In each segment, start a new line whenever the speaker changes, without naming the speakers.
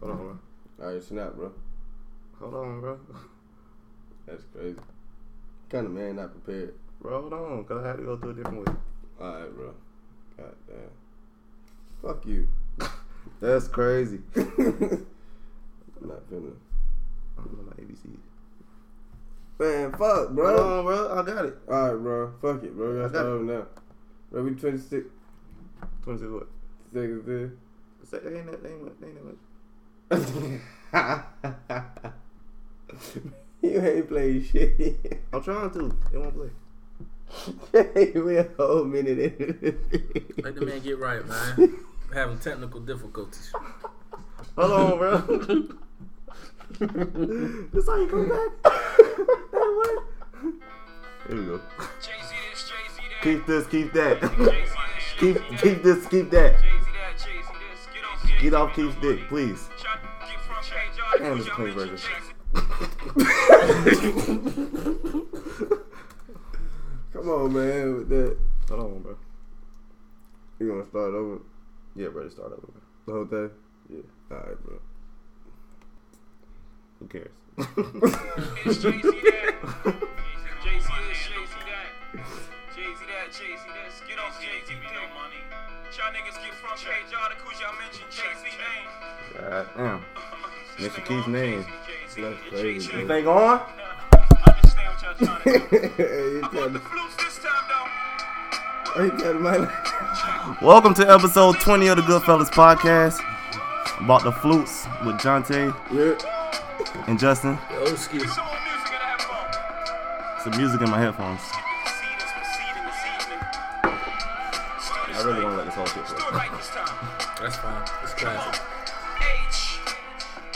Hold on, bro.
All right, snap, bro.
Hold on, bro.
That's crazy. Kind of man not prepared.
Bro, hold on, cause I had to go through a different way.
All right, bro. God damn. Fuck you.
That's crazy.
I'm not gonna.
I don't know my ABCs.
Man, fuck,
Hold
bro.
on, bro. I got it.
All right, bro. Fuck it, bro. We gotta
I got
start
it.
over now. Bro, we 26
26 what?
seconds in.
Say, ain't that, ain't, much- ain't that much.
you ain't playing shit.
I'm trying to. It won't play.
we a whole minute in.
Let the man get right, man. Having technical difficulties.
Hold on, bro. this how you come back? that way? Here we go.
Jay-Z this, Jay-Z that.
Keep this, keep that.
Jay-Z this,
keep,
Jay-Z that.
keep this, keep that.
Jay-Z that, Jay-Z this. Get off
Get off
Jay-Z.
Keith's dick, please.
Try to get from Jay-Z.
Damn, it's a clean version.
Jay-Z.
Come on, man, with that.
Hold on, bro.
You gonna start over
Yeah, bro, just start over. bro.
the whole thing?
Yeah.
All right, bro.
Who cares?
It's Jay-Z that. Jay-Z this, Jay-Z that. Jay-Z that, Jay-Z this. Get off Jay-Z that. Y'all niggas get from Jay-Z. Cause y'all mentioned Jay-Z name.
God damn. Mr. Keith's name.
That's crazy,
You
bro.
think on?
Understand what y'all trying to do.
you
I want
trying
the flutes this time though.
to, you trying to mind-
Welcome to episode 20 of the Goodfellas podcast about the flutes with Jonte
Yeah.
and Justin.
The old school.
It's all music and I have fun.
Some music in my headphones.
Proceedings, proceeding this evening. Start
I
this
really
thing.
want to let this whole shit
Do it
play.
right this time.
That's fine. It's classic.
H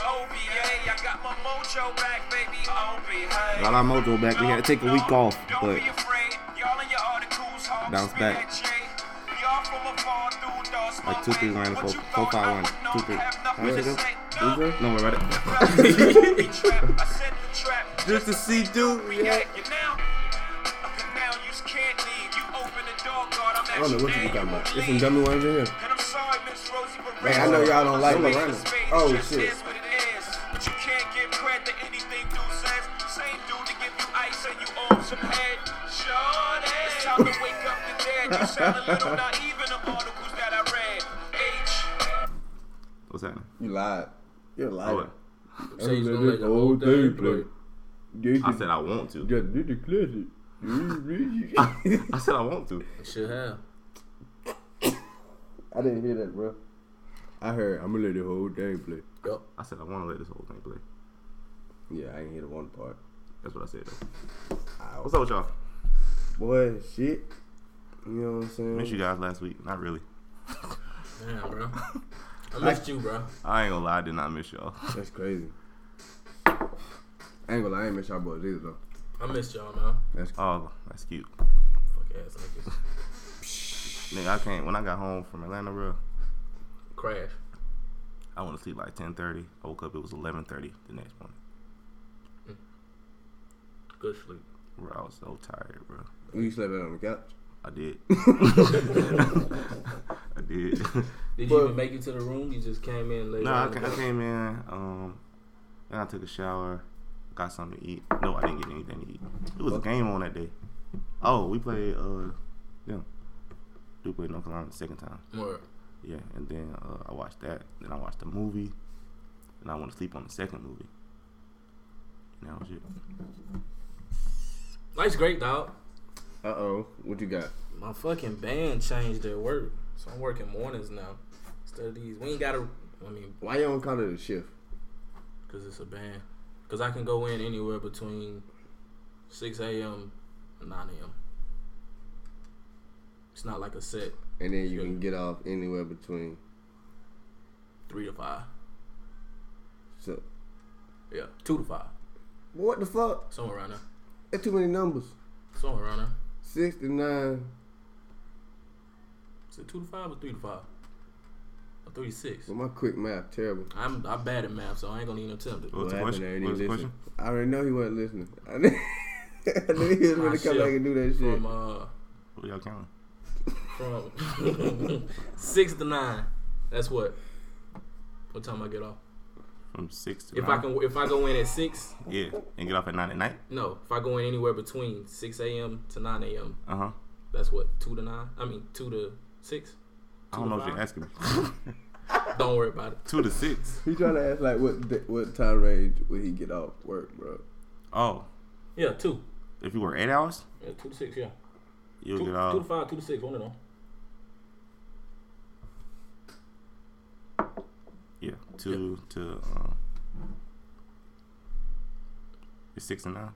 O B A. I got my mojo back, baby. O B A.
Got our mojo back. We had to take a week off,
Don't
but
be afraid. Y'all in your articles, hawks,
Bounce back.
spit that shade. Y'all from afar through doors, my
Like two, three,
way.
one,
What
four-
you
four,
thought
five,
I
one,
would know
two, three.
have nothing
How many
to
ago?
say.
Is
No.
it?
no, we're ready.
I set the trap.
Just to see dude react.
React you now. Now you can't leave. You open the door guard. I'm at
I don't know
your
what you be
name.
talking about. There's some
leave.
dummy ones in here.
And I'm sorry, Miss Rosie Perez.
Man, I know y'all don't like
I'm
me.
in the space,
Oh,
just
shit.
is what it is. But you can't give credit to anything dude says. Same dude to give you ice and you own some head. Shorty. It's time to wake up the dead. You sound a little naive in the articles that I read. H.
What's happening?
You lied. You're a liar.
What?
So you gonna let the whole thing play.
I said I want to.
just did the classic.
I said I want to.
Should have.
I didn't hear that, bro. I heard I'm gonna let the whole thing play.
Yup.
I said I want to let this whole thing play.
Yeah, I ain't hear the one part.
That's what I said though.
Ow.
What's up with y'all?
Boy, shit. You know what I'm saying?
Miss you guys last week. Not really.
Damn, bro. I missed you, bro.
I ain't gonna lie, I did not miss y'all.
That's crazy. I ain't gonna lie, I ain't miss y'all boys either though.
I missed y'all, man.
That's
Oh, that's cute.
Fuck ass niggas.
Nigga, I can't. When I got home from Atlanta, bro,
Crash.
I went to sleep like 10:30. I woke up. It was 11:30 the next morning.
Good sleep.
Bro, I was so tired, bro.
you slept out on the couch.
I did. I did.
Did you
Well-
even make it to the room? You just came in late.
no, I,
on?
ca- I came in. Um, then I took a shower, got something to eat. No, I didn't get anything to eat. It was a game on that day. Oh, we played. Uh, them. Duke played North Carolina the second time.
Word.
Yeah, and then uh, I watched that. Then I watched the movie. And I went to sleep on the second movie. And that was it.
Life's great, dog.
Uh oh, what you got?
My fucking band changed their work, so I'm working mornings now. Instead of these, we ain't gotta. I mean,
Why you don't call it a shift?
cause it's a band. Cause I can go in anywhere between 6 a.m. and 9 a.m. It's not like a set
And then you can get off anywhere between.
three to five.
So,
Yeah, two to five,
what the fuck?
somewhere around there.
That's too many numbers.
Somewhere around there.
Sixty nine.
Is it two to five or three to five? Or three to six?
Well, my quick math terrible.
I'm I'm bad at math, so I ain't gonna even attempt it.
What was the
happened?
question?
I ain't
What was the
even
question?
listen. I already know he wasn't listening. I knew, I knew he was
Ah,
gonna come
shit.
back and do that shit.
From uh.
What y'all counting?
from six to nine. That's what. What time I get off?
from six to
If
nine.
I can, if I go in at six,
yeah, and get off at nine at night.
no. If I go in anywhere between six a.m. to nine a.m.,
Uh huh.
that's what two to nine. I mean two to six.
I don't know if
five?
you're asking me.
Don't worry about it.
two to six.
He trying to ask like what d- what time range would he get off work, bro?
Oh,
Yeah, two.
if you work eight hours,
Yeah, two to six. Yeah,
you'll
two,
get
two to
off.
five, two to six. One of them.
Yeah, two to um, it's six and 9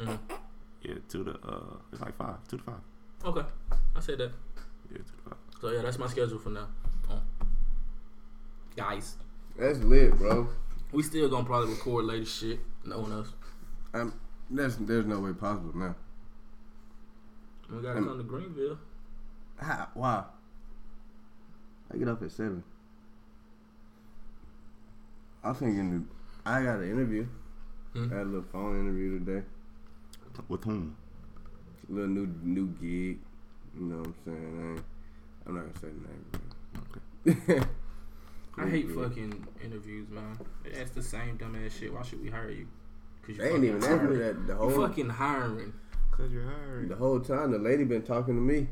Mhm.
Mm-hmm. Yeah, two to uh, it's like five, two to five.
Okay, I said that.
Yeah, two to five.
So yeah, that's my schedule for now. Oh. Guys,
That's lit, bro.
we still gonna probably record later. Shit, no one else.
I'm that's there's no way possible now.
We gotta
Um,
come to Greenville.
How? Why? I get off at seven. I'm thinking I got an interview.
Hmm?
I had a little phone interview today.
With whom?
Little new new gig. You know what I'm saying? I ain't, I'm not gonna say the name. Bro.
I hate
Greenville.
fucking interviews, man. They ask the same dumbass shit. Why should we hire you? Cause you
They ain't even asked me
hiring.
that the
You
whole
fucking hiring.
Cause you're hiring.
the whole time. The lady been talking to me.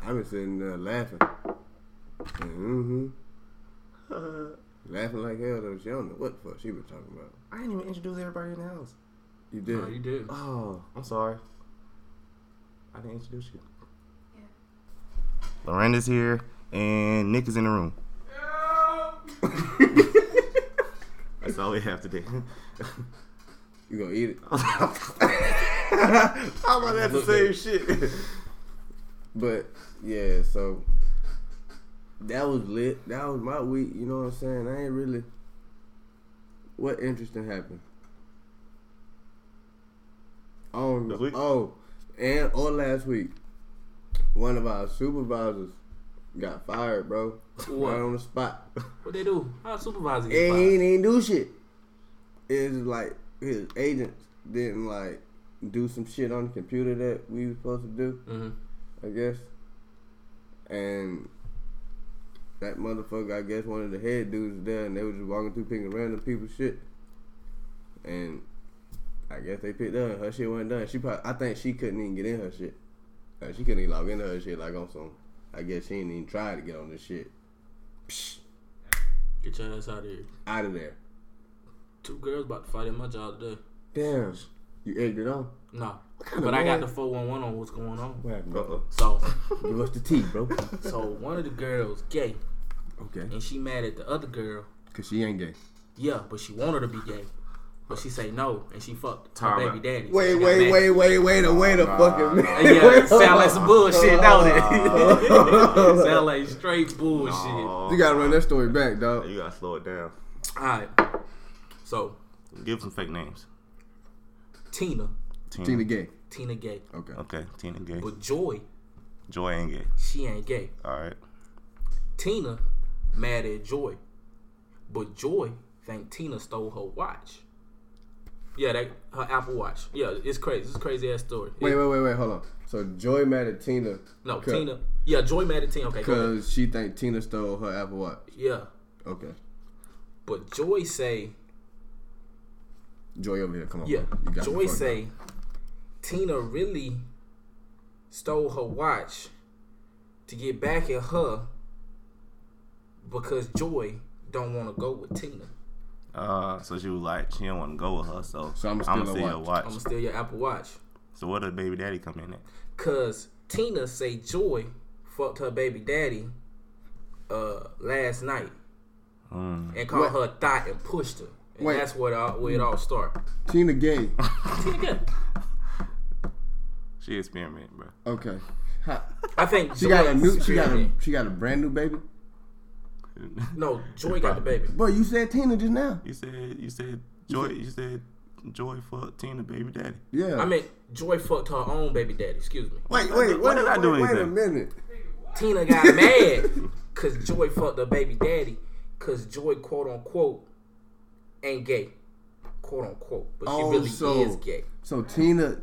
I've been sitting there laughing. Mm-hmm. Laughing like hell though. She don't know what the fuck she been talking about.
I didn't even introduce everybody in the house.
You
Yeah.
did.
No, you did.
Oh, I'm sorry. I didn't introduce you. Lorenda's here and Nick is in the room. That's all we have today.
You gonna eat it?
How about that the same shit?
But yeah, so that was lit. That was my week. You know what I'm saying? I ain't really. What interesting happened? Oh,
This week?
oh, and or last week, one of our supervisors got fired, bro.
What?
Right on the spot.
What they do? How supervisor
and he
get
ain't,
fired?
do shit. It's like his agents didn't like do some shit on the computer that we was supposed to do.
hmm
I guess. And that motherfucker, I guess, one of the head dudes there, and they were just walking through picking random people's shit. And I guess they picked up. Her shit wasn't done. She probably, I think she couldn't even get in her shit. Like, she couldn't even log into her shit like on some. I guess she didn't even try to get on this shit. Psh,
Get your ass out of here.
out of there.
Two girls about to fight at my job today.
Damn. You egged it on.
No,
of
but I got
boy?
the four one one on what's going on.
What happened?
Uh-oh.
So,
Give us the tea, bro.
so one of the girls gay,
okay.
and she mad at the other girl.
Because she ain't gay.
Yeah, but she wanted to be gay. But she say no, and she fucked her
Time
baby
out.
daddy.
Wait,
She got
wait,
mad.
wait, wait, wait a wait a
Nah,
fucking
nah.
minute.
Yeah,
Wait,
sound
hold
like
on.
some bullshit, don't it? sound like straight bullshit.
Oh,
You gotta run that story back, dog.
You gotta slow it down.
All right. So
Give some fake names.
Tina,
Tina.
Tina Gay.
Tina gay,
Okay.
Okay, Tina gay.
but Joy,
Joy ain't gay.
she ain't gay.
All right.
Tina mad at Joy, but Joy think Tina stole her watch. Yeah, that her Apple Watch. Yeah, it's crazy. It's a crazy ass story.
Wait,
It-
wait, wait, wait. Hold on. So Joy mad at Tina
no,
Cut.
Tina. Yeah, Joy mad at Tina. Okay, go ahead.
because she think Tina stole her Apple Watch.
yeah,
Okay.
but Joy say
Joy over here. Come on.
Yeah,
bro. You got
Joy
me fucked
say Tina really stole her watch to get back at her because Joy don't want to go with Tina.
Uh, so she was like, she didn't want to go with her, so,
So I'ma
I'ma
steal her
steal her
watch.
watch.
I'ma steal your Apple Watch
So where did baby daddy come in at?
because Tina say Joy fucked her baby daddy uh last night
Mm.
and
Wait.
called her thought and pushed her. And
Wait.
that's where it all, where it all start.
up. Tina Gay.
Tina Gay.
She experiment, bro.
Okay. Ha.
I think
She got a new. She got a.
experiment-
She got a brand new baby.
no. Joy got the baby.
Boy, you said Tina just now.
You said you said joy. You said joy for Tina baby daddy.
Yeah.
I mean, Joy fucked her own baby daddy. Excuse me.
wait,
What
wait,
did- what
wait,
did I do
wait, wait a
anything?
minute.
Tina got mad because Joy fucked her baby daddy because Joy quote unquote ain't gay, quote unquote, but she
Oh,
really
so-
is gay.
So Tina,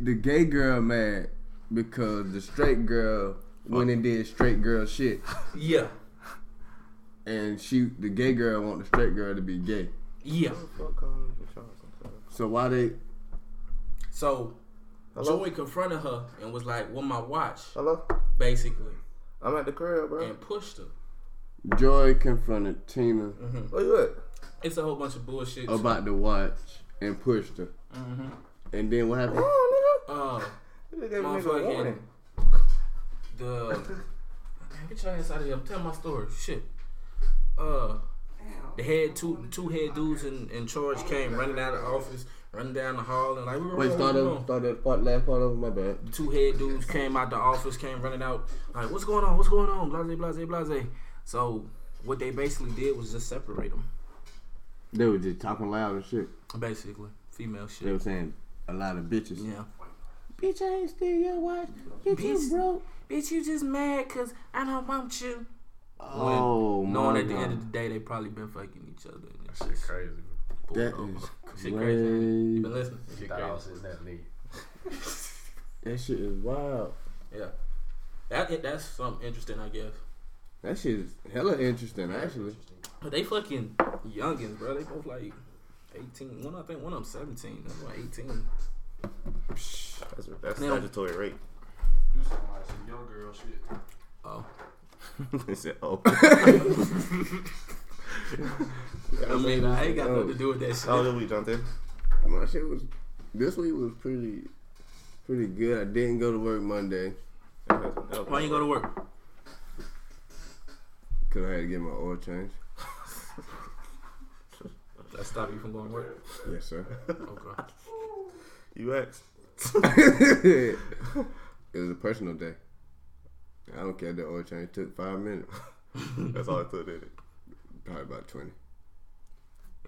the gay girl mad because the straight girl went and did straight girl shit.
Yeah,
and she the gay girl want the straight girl to be gay.
Yeah.
So why they?
So
Hello?
Joy confronted her and was like, "Well, my watch,"
Hello?
basically,
I'm at the crib, bro.
and pushed her.
Joy confronted Tina
Mm-hmm.
Where you at?
It's a whole bunch of bullshit.
Oh,
about the watch and pushed her.
Mm-hmm.
And then what happened?
Oh,
uh,
nigga. You gave me a
motherfucking
warning.
the Man, get your ass out of here. I'm telling my story. Shit. Uh, the head two two head dudes in, in charge came running out of the office, running down the hall, and like we were
Wait, start over. Start that part. Last part over. My bad.
two head dudes came out the office, came running out, like, what's going on? What's going on? Blase, blase, blase. So, what they basically did was just separate them,
They were just talking loud and shit.
basically. Female
They were
shit.
saying a lot of bitches.
Yeah.
Bitch, I ain't steal your watch. Bitch,
Bitch.
broke.
Bitch, you just mad because I don't want you.
Oh my
Knowing at the
God.
end of the day, they probably been fucking each other. And it's
Shit
just
crazy.
pulled
That
over.
is
Shit crazy. ain't it? You been
way.
listening?
Shit crazy. I was sitting at me.
That shit is wild.
Yeah. That, that's something interesting, I guess.
That shit is hella interesting, actually.
But they fucking youngins, bro. They both like 18. One, I think one of them 17. The other one 18.
That's, that's
Now-
statutory rape.
Do something like some young girl shit.
Oh.
they said, oh.
I mean, I ain't got nothing to
Oh.
do with that shit.
oh, did we jump in?
My shit was. This week was pretty, pretty good. I didn't go to work Monday
Why you go to work?
because I had to get my oil changed.
That stop you from going to work?
Yes, sir.
Okay.
You asked.
it was a personal day. I don't care. The oil change took five minutes,
That's all it took, did it?
probably about twenty.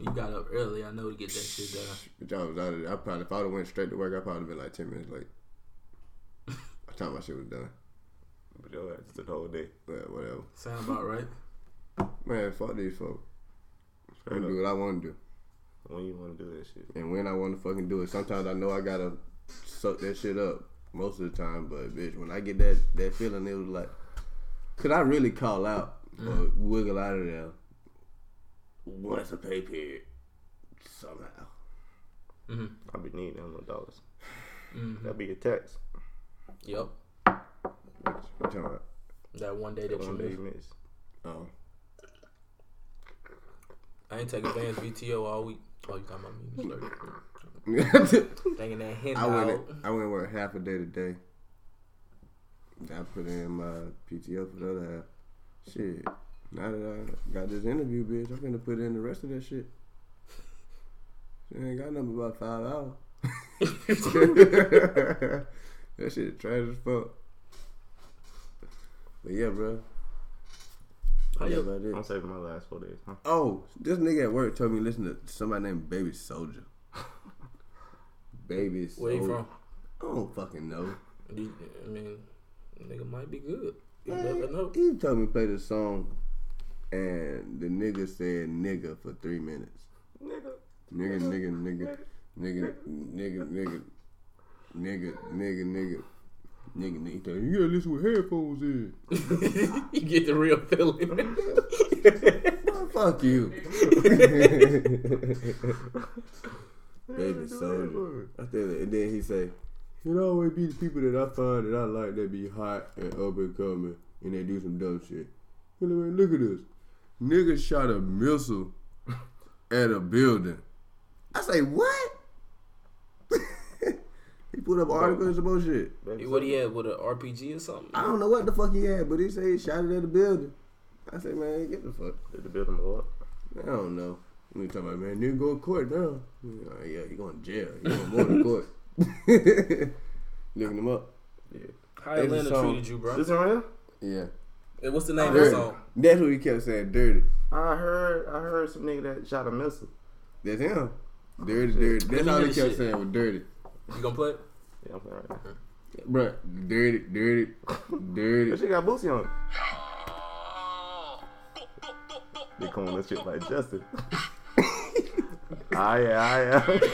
You got up early, I know, to get that shit done.
But y'all was out of. there. I probably if I'd have went straight to work, I probably been like ten minutes late. By the time my shit was done,
But your ass took the whole day.
but whatever.
Sound about right?
Man, fuck these folks. I'm
Straight
gonna
up.
do what I want to do,
When you want to do that shit.
and when I want to fucking do it. Sometimes I know I gotta suck that shit up most of the time, but bitch, when I get that that feeling, it was like, could I really call out or wiggle out of there once a pay period somehow?
I be needing them dollars.
Mm-hmm.
That'd be a tax.
Yep.
What you talking about?
That one day that you
One day
missed.
you miss.
Oh,
I ain't taking advanced VTO all week. Oh, you talking about me?
Oh.
Thinking that hint
I went.
out.
I went work half a day today. I put in my PTO for the other half. Shit. Now that I got this interview, bitch, I'm gonna put in the rest of that shit. Shit ain't got nothing about five hours. that shit trash as fuck. But yeah, bro.
How
Yeah,
you,
about
I'm
it.
saving my last four days, huh?
Oh, this nigga at work told me to listen to somebody named Baby Soldier. Baby Soldier.
where you from?
I don't fucking know.
You- I mean, nigga might be good. You never know.
He told me to play this song, and the nigga said nigga for three minutes. Nigga. Nigga, nigga, nigga, nigga, nigga, nigga, nigga, nigga, nigga, nigga, nigga. He told me, You gotta listen with headphones in.
you get the real feeling.
Fuck you. Baby soldier. I think that- and then he say, It always be the people that I find that I like that be hot and up and coming and they do some dumb shit. He like, "Man, Look at this. Nigga shot a missile at a building. I say, What? he put up articles about shit.
what he had with an RPG or something?
I don't know what the fuck he had, but he say he shot it at a building. I say, Man, get the fuck.
Did the building go up?
I don't know. We talking about man, nigga go to court now. Yeah, yeah, he going to jail. He going more to court. Looking him up.
How
There's a
Atlanta
song.
treated you, bro?
This one here?
Yeah.
And what's the name of the
Dirty.
song?
That's what he kept saying, dirty.
I heard, I heard some nigga that shot a missile.
That's him. Dirty, dirty.
Let
That's
me
all
hear
he
this
kept
shit.
saying was dirty.
You gonna play it?
Yeah, I'm playing right now.
Bruh, dirty, dirty,
That
dirty.
shit got Boosie on it. They
They
calling that shit like Justin. I Ah, yeah, I yeah.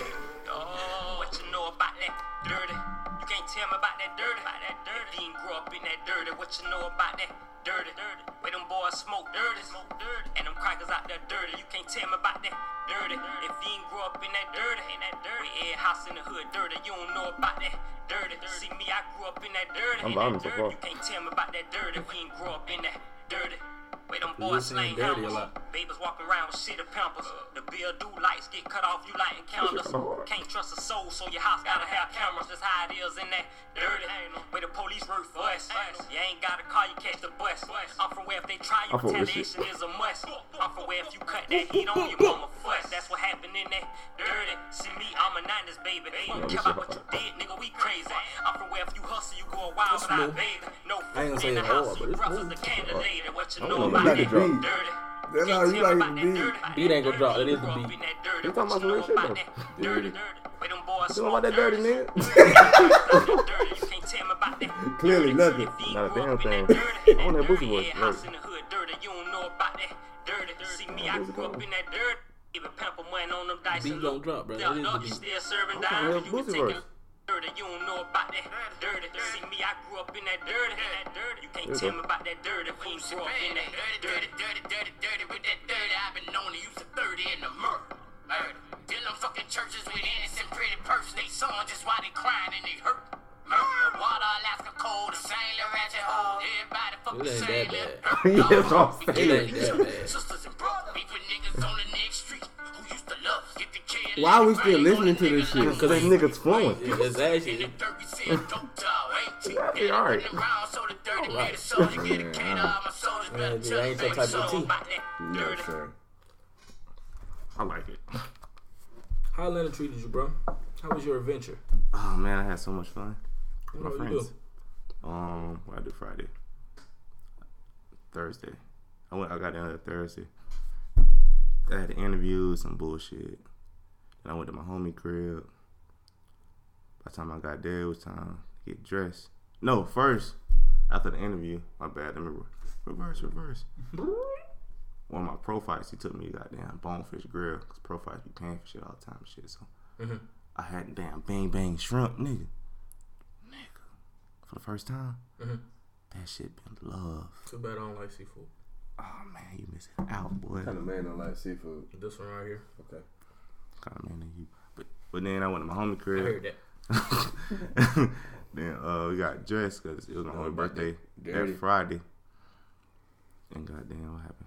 Oh, what you know about that dirty? You can't tell me about that dirty. About that dirty. You didn't grow up in that dirty. What you know about that dirty? Dirty. Where them boys smoke dirty. Smoke dirty. And
crackers out there dirty. You can't tell me about that dirty. If you ain't grow up in that dirty, in that dirty, every house in the hood dirty. You don't know about that dirty. See me, I grew up in that dirty.
I'm
in that
vibing so
dirty.
far.
You can't tell me about that dirty. We ain't grow up in that dirty. Where them
You
boys
saying
slaying
dirty a
hammers.
lot.
Babies walking around with shit and pampers. The bill do lights get cut off, you lighting candles. Can't trust a soul, so your house gotta have cameras. That's how it is in that dirty. Where the police work for us. You ain't got a car, you catch the bus. I'm from where if they try you,
I'm from this shit.
retaliation is a must. I'm from where if you cut that heat on your mama fuss. That's what happened in that dirty. See me, I'm a 90s baby. Don't
this shit
care about what
hard.
you did, nigga, we crazy. I'm from where if you hustle, you go wild without baby. No
ain't gonna
food
say
in the
it hard,
house,
but
you
it's
rough
cool.
as the candy lady. What you
don't
know
know.
about
You
that
like
dirty?
the beat.
That's how you like the beat.
Beat ain't gonna drop, it is the beat.
talking
You
about some real shit, though.
Dirty, dirty. Where them boys
Talking about that dirty nigga.
nigga.
Clearly nothing.
Not a damn thing. I want that Boosie voice,
House
right.
in the hood, dirty. You don't know about that dirty. See me, I
Where's it
grew up
going?
in that dirt. Even pamper money on them dice.
Beat
and
don't
look,
drop, bro.
they'll
It is
know
the
you
beat.
still serving
trying to hear
dimes. You can
Boosie
take a
verse.
dirty. You don't know about that dirty. See me, I grew up in that dirty. That dirty. You can't
There
tell
you
me
go.
about that dirty. We ain't grew up in that dirty. Dirty, dirty, dirty with that dirty. I've been known to use a 30 in the murder. Murder. Deal them fucking churches with innocent pretty purse. They sawing just why they crying and they hurt. Murder. Water, Alaska cold. The same little ratchet hole. Everybody fucking
It ain't
same
that
little-
Yeah, that's what I'm
It
saying.
ain't that bad.
Sisters and brothers. Beef with niggas on the next street. Who used to love. Get the kid.
Why are we still listening to this shit?
Cause they niggas flowing.
It- It's actually Mm-hmm.
That'd be alright.
Alright. Man, dude, I ain't that type of tea.
No, sir.
I like it.
How Atlanta treated you, bro? How was your adventure?
Oh man, I had so much fun.
What
My
you
friends.
do?
Um, what I do Friday, Thursday. I went. I got down there Thursday. I had an interview, some bullshit. Then I went to my homie crib. By the time I got there, it was time to get dressed. No, first after the interview, my bad. Let me re- reverse, reverse. One of my pro fights, he took me to goddamn Bonefish Grill because pro fights be paying for shit all the time, and shit. So I had damn Bang Bang Shrimp, nigga, nigga, for the first time. That shit been love.
Too bad I don't like seafood.
Oh man, you missing out, boy.
Kind of man don't like seafood.
This one right here.
Okay.
God, man, that you. But but then I went to my homie
I heard
crib.
that.
then uh, we got dressed because it was my homie's birthday
Dirty.
that Friday. And goddamn, what happened?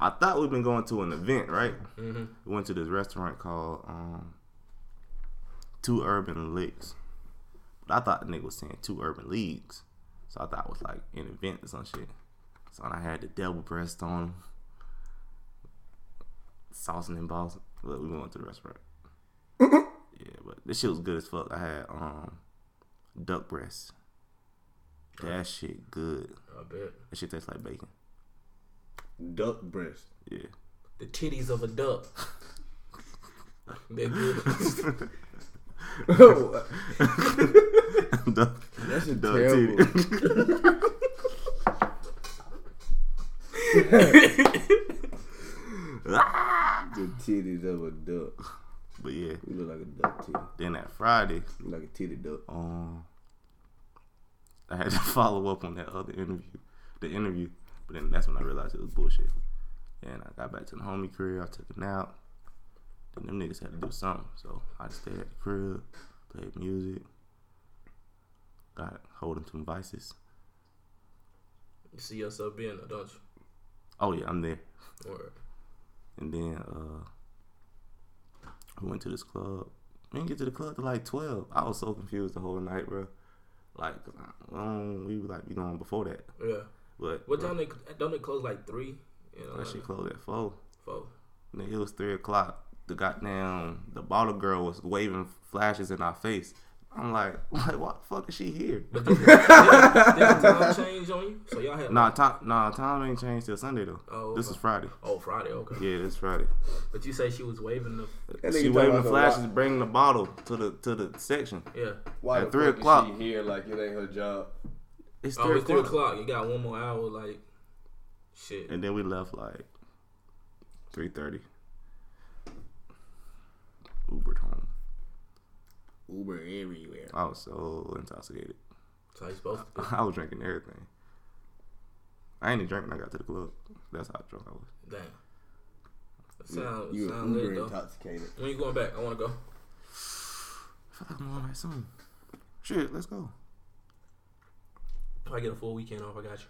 I thought we'd been going to an event, right? We went to this restaurant called um, Two Urban Licks. But I thought the nigga was saying Two Urban Leagues. So I thought it was like an event or some shit. So I had the double breast on him. Sauce and balls. Look, we went to the restaurant. yeah, but this shit was good as fuck. I had um duck breast. That shit good.
I bet.
That shit tastes like bacon.
Duck breast.
Yeah.
The titties of a duck. They're good.
That's
duck,
a
duck
terrible.
titty.
The titties of a duck.
But yeah,
You look like a duck titty.
then that Friday,
You like a titty duck.
um, I had to follow up on that other interview, the interview. But then that's when I realized it was bullshit. And I got back to the homie crib. I took a nap. Then them niggas had to do something, so I just stayed at the crib, played music, got holding some vices.
You see yourself being a don't
Oh yeah, I'm there.
you? Or
And then uh we went to this club. We didn't get to the club till like twelve. I was so confused the whole night, bro. Like, 'cause I- um, we would like be going before that,
yeah.
but
What
bro,
time they don't they close like three? You know,
that shit closed at four.
four.
And then it was three o'clock. The goddamn the bottle girl was waving flashes in our face. I'm like, like why the fuck is she here?
Did the time change on you? So y'all had
nah, time nah time ain't changed till Sunday though.
Oh,
this is
okay.
Friday.
oh Friday, okay.
Yeah, this Friday.
But you say she was waving the
That
She
talking
waving
about
the
some
flashes,
why-
bringing the bottle to the to the section.
yeah.
Why
at
the
three
fuck is
o'clock.
She here like it ain't her job.
It's
Oh,
three
it's three
o'clock.
o'clock. You got one more hour. Like shit.
And then we left like three thirty. Ubered home.
Uber everywhere.
I was so intoxicated.
So you supposed to.
I was drinking everything. I ain't even drink when I got to the club. That's how drunk I was.
Damn. That sound,
You
sound
uber
lit though.
intoxicated.
When you going back? I want to
I
go.
feel like I'm going back soon. Shit, let's go.
If I get a full weekend off, I got you.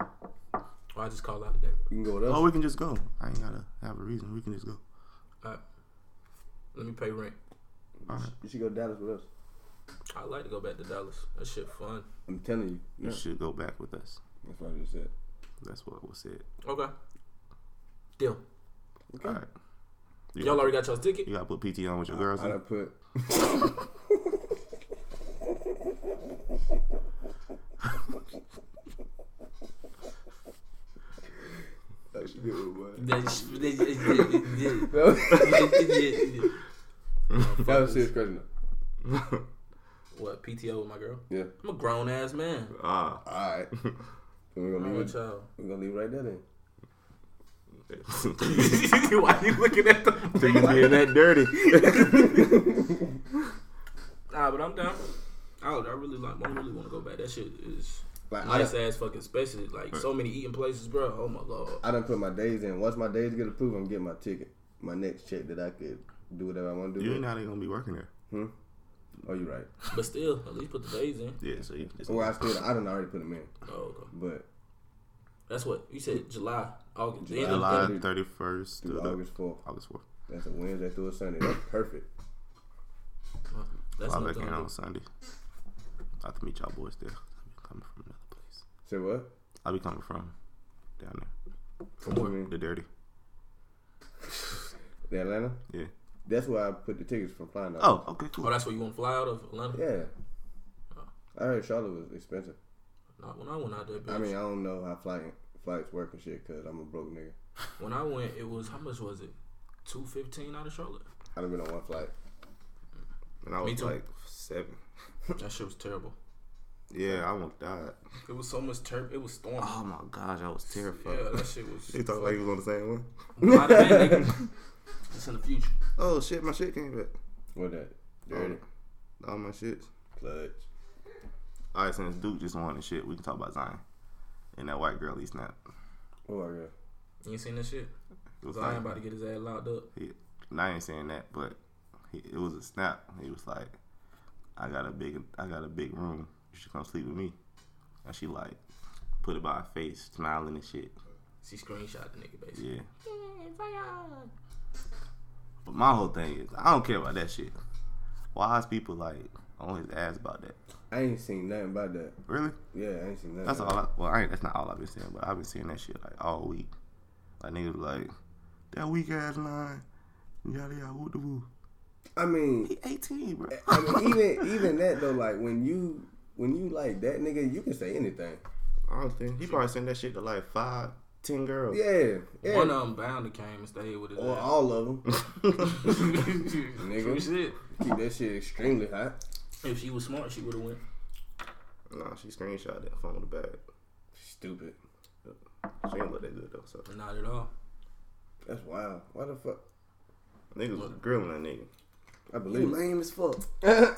Or I just call out today.
You can go with us.
Oh, we can just go. I ain't gotta have a reason. We can just go.
All right. Let me pay rent.
All right.
You should go to Dallas with us.
I'd like to go back to Dallas. That shit fun.
I'm telling you.
You
Yeah.
should go back with us.
That's what I just said.
That's what was said.
Okay. Deal.
All right. You
Y'all
gotta-
already got y'all's ticket?
You gotta put PT on with your girls.
I
huh?
done put. That's a good one, boy.
that
That was a serious question.
What, PTO with my girl?
though. Yeah.
I'm a grown ass man.
Ah.
All right. So we're gonna
I'm a
leave. It,
child.
we're gonna leave it right there then.
Why you looking at the thing
You being that dirty.
Nah, but I'm down. I, would- I really like. I really want to go back. That shit is
Like I
nice
done,
ass fucking spaces. Like so many eating places, bro. Oh my god.
I done put my days in. Once my days get approved, I'm getting my ticket. My next check that I could do whatever I want to do.
You
with.
ain't not even gonna be working there.
Oh, you right.
But still, at least put the days in.
Yeah, so you can just.
Well, I still I done already put them in,
Oh, okay.
but
That's what you said. July, August,
July.
End of-
July
Through-
31st
through
to the-
August fourth.
August 4th.
That's a Wednesday through a Sunday. That's perfect.
That's
I'll
not
back in
gonna
on
do.
Sunday. I have to meet y'all boys there. I'll be coming from another place.
Say what?
I'll be coming from down there.
What you mean?
The dirty.
The Atlanta?
Yeah.
That's where I put the tickets from flying out.
Oh, okay, cool.
Oh, that's where you want to fly out of Atlanta?
Yeah.
Oh.
I heard Charlotte was expensive.
Nah, when I went out there, bitch.
I mean, I don't know how flight, flights work and shit because I'm a broke nigga.
when I went, it was how much was it? Two fifteen out of Charlotte.
I done been on one flight.
And I
Me
was
too.
like seven.
That shit was terrible.
Yeah, I almost died.
It was so much turp. It was storm.
Oh my gosh, I was terrified.
yeah, that shit was.
He thought like he was on the same one.
Might have been, nigga. It's in the future.
Oh shit, my shit came back.
What that? Dirty.
Oh. All my shits.
Clutch.
All right, since Duke just won and shit, we can talk about Zion and that white girl he snapped.
Oh, my God.
You ain't seen that shit?
It was
Zion
like,
about to get his ass locked up.
he, and I ain't saying that, but he, it was a snap. He was like, "I got a big, I got a big room. You should come sleep with me." And she like put it by her face, smiling and shit.
She screenshot the nigga basically.
Yeah. But my whole thing is, I don't care about that shit. Why is people like on his ass about that?
I ain't seen nothing about that.
Really?
Yeah, I ain't seen nothing.
That's
about
all. I, well, I ain't, that's not all I've been saying, but I've been seeing that shit like all week. Like niggas was like that weak ass line, yada yada woo woo.
that. I mean,
He eighteen, bro.
I mean, even even that though, like when you when you like that nigga, you can say anything.
I don't think he probably sent that shit to like five, ten girls.
Yeah, yeah.
One of them bound to came and stayed with his
or
Oh,
ass.
all of them.
True
Nigga.
shit.
Keep that shit extremely hot.
If she was smart, she would have went.
Nah, she screenshot that phone in the bag.
Stupid.
She ain't look that good though. So
Not at all.
That's wild. Why the fuck?
niggas was grilling that nigga.
I believe it.
lame as fuck. Nigga,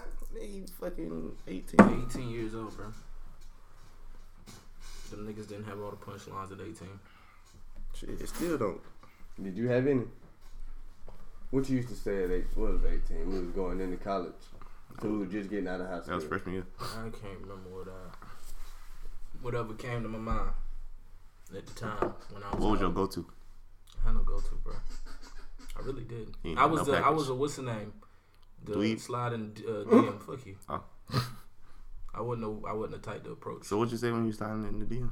you fucking eighteen.
18 years old, bro. Them niggas didn't have all the punchlines at 18.
Shit, it still don't.
Did you have any? What you used to say at eight? What was eighteen? We was going into college. So we were just getting out of high
That
school.
was freshman year.
I can't remember what I. Whatever came to my mind at the time when I was.
What was
out.
your go-to?
I had no go to, bro. I really did.
He ain't
I
got
was
no
the, I
package.
was a what's the name? The
Dweeb?
sliding uh, DM. Fuck you.
Oh.
I wouldn't know. I wouldn't have typed the approach.
So what you say when you started in the DMs?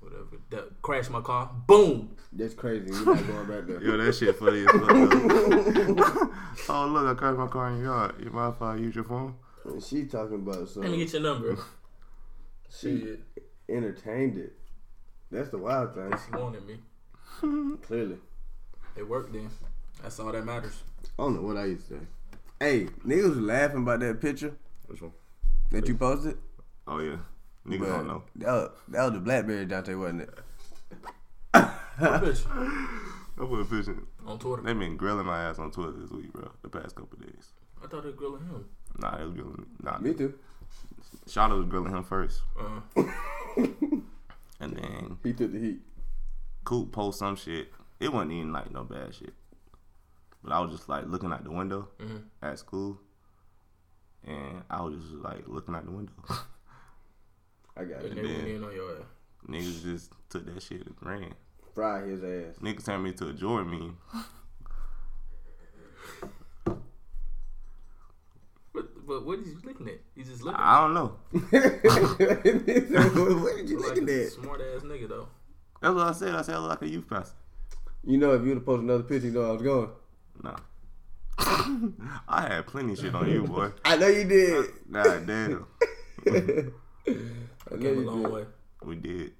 Whatever. That, crash my car. Boom.
That's crazy. You're not going back there.
Yo, that shit funny as fuck. though. oh look, I crashed my car in your yard. You mind if I use your phone?
And She talking about
Let me
something.
get your number.
She
Shit.
entertained it. That's the wild thing.
She wanted me.
Clearly.
It worked then. That's all that matters.
I don't know what I used to say. Hey, niggas was laughing about that picture
Which one?
that you posted.
Oh yeah, niggas don't know.
That was, that was the Blackberry Dante, wasn't it?
Bitch.
I put a picture.
On Twitter.
They been grilling my ass on Twitter this week, bro. The past couple days.
I thought they were grilling him.
Nah, they was grilling. Nah,
Me too.
Shada was grilling him first,
Uh,
and then
He took the heat.
Coop post some shit. It wasn't even like no bad shit. But I was just like looking out the window at school. And I was just like looking out the window.
I got
And
it.
they
Yeah.
went in on your ass.
Niggas just took that shit and ran.
Fry his ass.
Niggas turned me to a Jordan meme.
But, but what is you looking at? He's just looking.
I don't know.
what did you
like
looking
a
at?
smart ass nigga though.
That's what I said. I said I look like a youth pastor.
You know, if you'd have posted another picture, you know I was going.
No. I had plenty of shit on you, boy.
I know you did.
God damn.
I know
Came a
you
long
did.
way.
We did.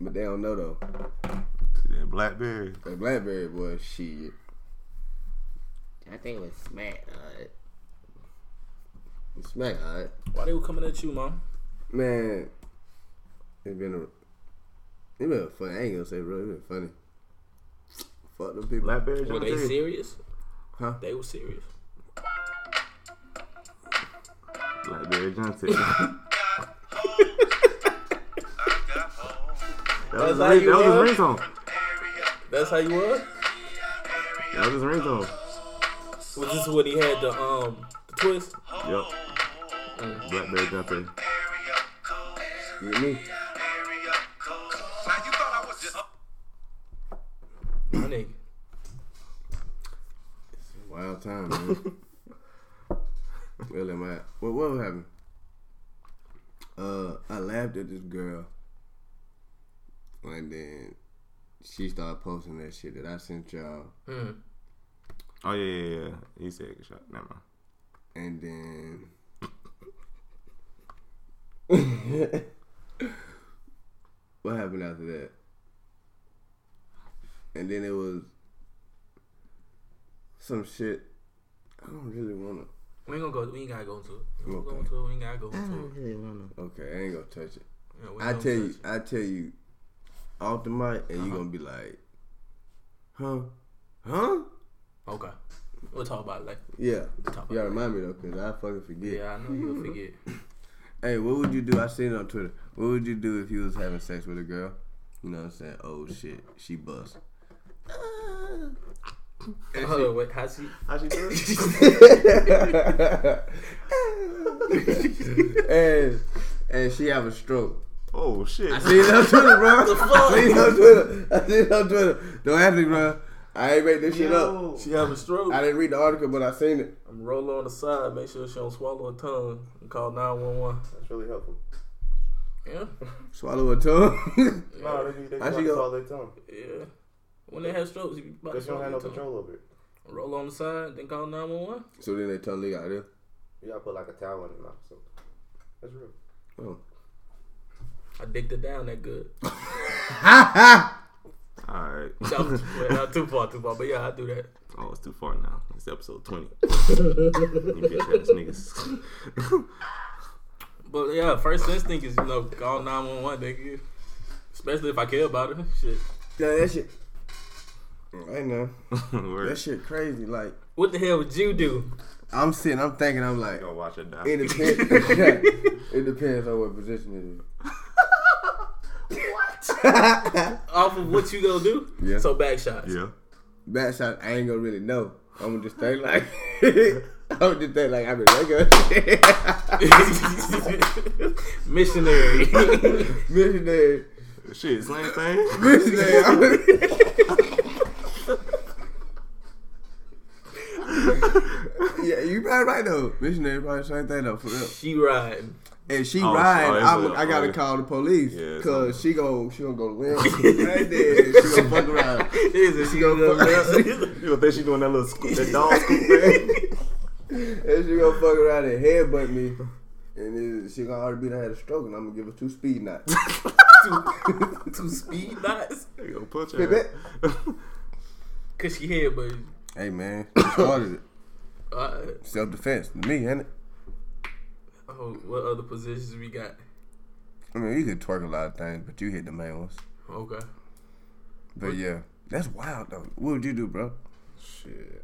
But they don't know though.
That Blackberry.
That Blackberry boy, shit.
I think it was smack. uh,
Alright. Smack, alright.
Why they were coming at you, mom?
Man, it's been a it's been funny. I ain't gonna say bro, it's been funny. Fuck them people.
Blackberry John
Were they
Jay.
serious?
Huh?
They were serious.
Blackberry John Jay. That was,
how
his,
you
that was his
was?
ringtone.
That's how you was.
That was his ringtone.
Was this when he had the um the twist?
Yep. Blackberry John Jay.
You get me?
My nigga.
Wild time, man. really mad. What what happened? Uh I laughed at this girl. And then she started posting that shit that I sent y'all.
Mm.
Oh, yeah, yeah, yeah. He said good shot. Never mind.
And then what happened after that? And then it was some shit. I don't really wanna.
We ain't gonna go. We ain't gotta go into it. We ain't
Okay.
gonna go into it. We ain't gotta go into it.
Okay, I ain't gonna touch it.
Yeah, we
I
don't
tell you,
touch it. Uh-huh.
I tell you, off the mic, and you gonna be like, huh, huh?
Okay. We'll talk about it later.
Yeah.
Talk
Y'all
about
remind me though, cause I fucking forget.
Yeah, I know you'll forget.
Hey, what would you do? I seen it on Twitter. What would you do if you was having sex with a girl? You know what I'm saying? Oh shit, she bust.
Hold on, wait. How's he?
How she do it?
and and she have a stroke.
Oh, shit.
See it on Twitter, bro. I seen it on Twitter. I seen it on Twitter. Don't ask me, bro. I ain't make this shit up.
She have a stroke.
I didn't read the article, but I seen it.
I'm roll her on the side. Make sure she don't swallow her tongue. And call nine one one.
That's really helpful.
Yeah.
Swallow a tongue.
No, they be they
How'd
be
you
like
go?
all their tongue
Yeah. When they have strokes, you be about to
because you don't have no
swallow your tongue.
control over it.
Roll on the side. Then call nine one one.
so then they tongue leak out there.
You gotta put like a towel in it mouth. So that's real.
Oh.
I dicked it down that good.
All right.
That was- well, not too far, too far. But yeah, I do that.
Oh, it's too far now. It's episode 20. you bitch ass niggas.
But yeah, first instinct is you know call nine one one, nigga. Especially if I care about her. Shit.
Yeah, that shit. I know.
Word.
That shit crazy. Like
What the hell would you do?
I'm sitting, I'm thinking, I'm like,
Gonna watch it die.
It depends. it depends on what position
Off of what you gonna do?
Yeah.
So back shots.
yeah.
it is. Back shot, I ain't gonna really know. I'm gonna just think like, I'm gonna just think like I've been regular.
Missionary.
missionary,
Shit, same thing.
missionary. I'm gonna, yeah, you probably right though. Missionary probably same thing though for real.
she riding.
And she
Oh,
ride,
sorry,
I'm,
sorry.
I gotta call the police
Yeah,
because she gon' she gonna go to live right there. She gonna fuck around.
Is she gonna
You gonna think she doing that little scoop, that dog scoop thing?
And she gonna fuck around and headbutt me. And then she gonna already be I had a stroke and I'm gonna give her two speed knots.
two, two speed knots?
You gonna punch
Hey,
her.
bet.
Cause she here, but
hey man, she started it.
uh,
Self defense to me, ain't it?
oh, what other positions we got?
I mean, you could twerk a lot of things, but you hit the main ones.
Okay.
But yeah, that's wild though. What would you do, bro?
Shit.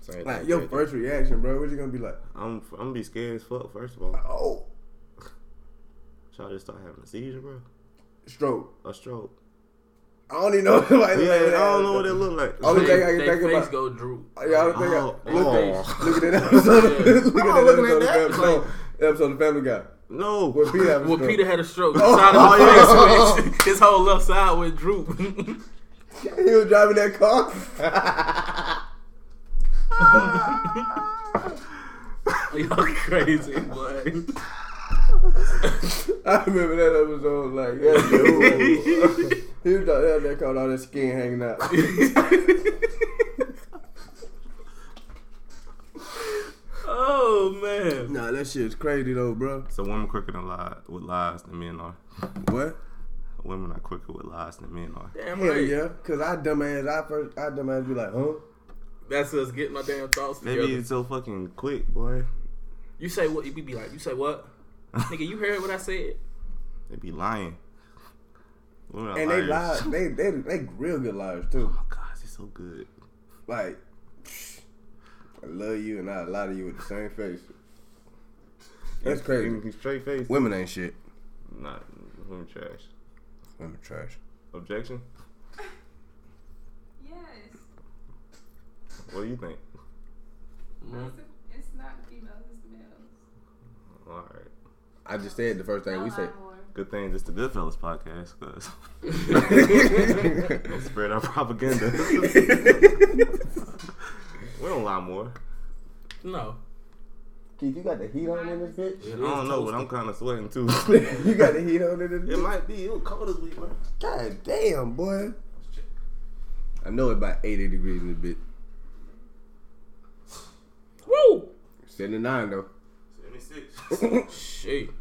Same
Like
thing,
your
same thing.
first reaction, bro. What you gonna be like?
I'm, I'm gonna be scared as fuck, first of all.
Oh,
Should I just start having a seizure, bro?
stroke.
A stroke.
I don't even know what like
Yeah, I don't know what it look like.
Only
They-
thing I can
they
think
face
about-
go droop.
Y'all think
Oh,
I, look,
oh.
at- look at that episode. of-
Yeah.
look at
I'm
that
looking at that.
episode. Of Family, no, episode of Family Guy.
No.
What Peter? having
Well,
stroke.
Peter had a stroke. The side
Oh,
of his, face, his whole left side went droop.
He was driving that car.
Y'all crazy, boy.
I remember that episode. Like, yeah, dude. he was driving that car, with all that skin hanging out.
Oh man.
nah, that shit's crazy though, bro.
So women quicker than lies with lies than men are.
What?
Women are quicker with lies than men are.
Damn
Hell
right.
yeah, cause I dumbass, I first, I dumbass be like, huh?
That's us getting my damn thoughts together.
Maybe it's so fucking quick, boy.
You say what? You be like, you say what? Nigga, you heard what I said?
They be lying. Women are
And they lie,
liars.
they they they real good liars too.
Oh God, it's so good.
Like, I love you and I lie to you with the same face. That's crazy.
Even straight face.
Women ain't shit.
Not women trash.
Women trash.
Objection.
Yes.
What do you think? Mm-hmm.
It's, it's not females, it's males.
All right.
I just said the first thing we
Y'all
say.
lie more.
Good thing this the Goodfellas podcast, cause don't spread our propaganda. we don't lie more.
No.
Keith, you got the heat on in this bitch.
It
I
is
don't know, but I'm
toasty.
kind of sweating too.
you got the heat on in this
it
bitch.
might be. It was cold as we were.
God damn, boy. I know it's about 80 degrees in this bitch.
Woo.
79 though.
Seventy-six.
Shit.
You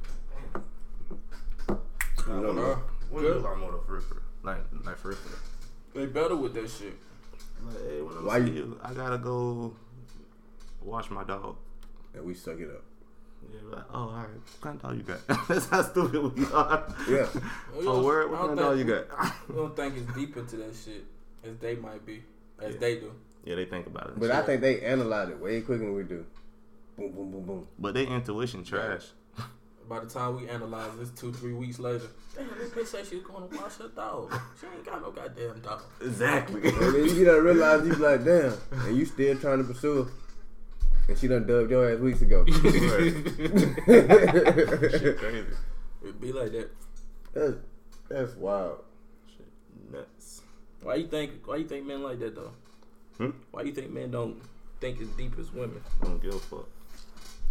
don't
Uh,
know.
When
Good.
you lie more to for real, for real. like like for real, for real.
They better with that shit.
Like, hey, when I'm
Why
Why
you-
you? I gotta go wash my dog.
And we suck it up.
Yeah, like, oh, all right. What kind of dog you got? That's how stupid we are.
Yeah.
Oh,
Oh, word? What
I don't
kind of dog you
think-
got?
I don't think it's deep into that shit as they might be, as
Yeah.
they do.
yeah, they think about it.
But I think they analyze it way quicker than we do. Boom, boom, boom, boom.
but they intuition trash.
By the time we analyze this, two three weeks later, damn, this bitch said she was going to wash her dog. She ain't got no goddamn dog.
Exactly.
And then you don't realize you be like, damn, and you still trying to pursue her. And she done dubbed your ass weeks ago.
Shit,
that's,
crazy.
It be like that.
that's wild.
Shit, nuts.
Why you think? Why you think men like that though?
Hmm?
Why you think men don't think as deep as women?
I don't give a fuck.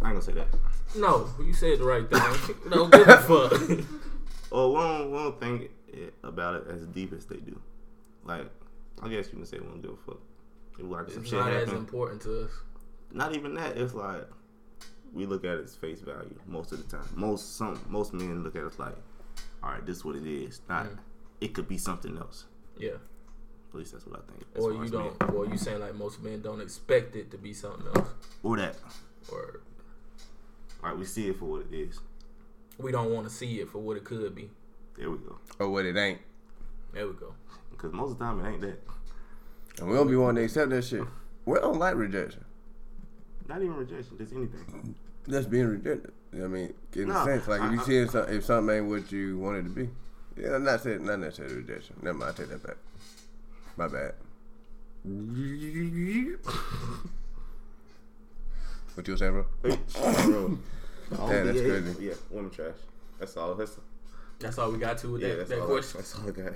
I ain't gonna say that.
No, you said the right thing. don't give a fuck.
Or we don't, we don't think it, about it as deep as they do. Like, I guess you can say we don't give a fuck. If, like some
It's
shit
not as
happened.
important to us.
not even that. It's like we look at it as face value most of the time. Most some most men look at us like, all right, this is what it is. Not
Mm.
it could be something else.
Yeah.
At least that's what I think. as
Or
far
you
as
don't.
men.
Or you saying like most men don't expect it to be something else.
or that.
Or
All right, we see it for what it is.
we don't want to see it for what it could be.
There we go.
Or what Oh, it ain't.
There we go.
Because most of the time it ain't that.
And we don't be wanting to accept that shit. We don't like rejection.
Not even rejection, just anything.
That's being rejected. I mean, in
No,
a sense, like if
I-
you
I-
see if some- if something ain't what you wanted to be. Yeah, I'm not saying not necessarily rejection. Never mind, I take that back. My bad. What you was saying, bro?
Bro,
Damn, that's crazy.
Yeah, women trash. That's all. That's
That's all we got to with
yeah.
that,
That's
that
all. I,
question.
that's all I got.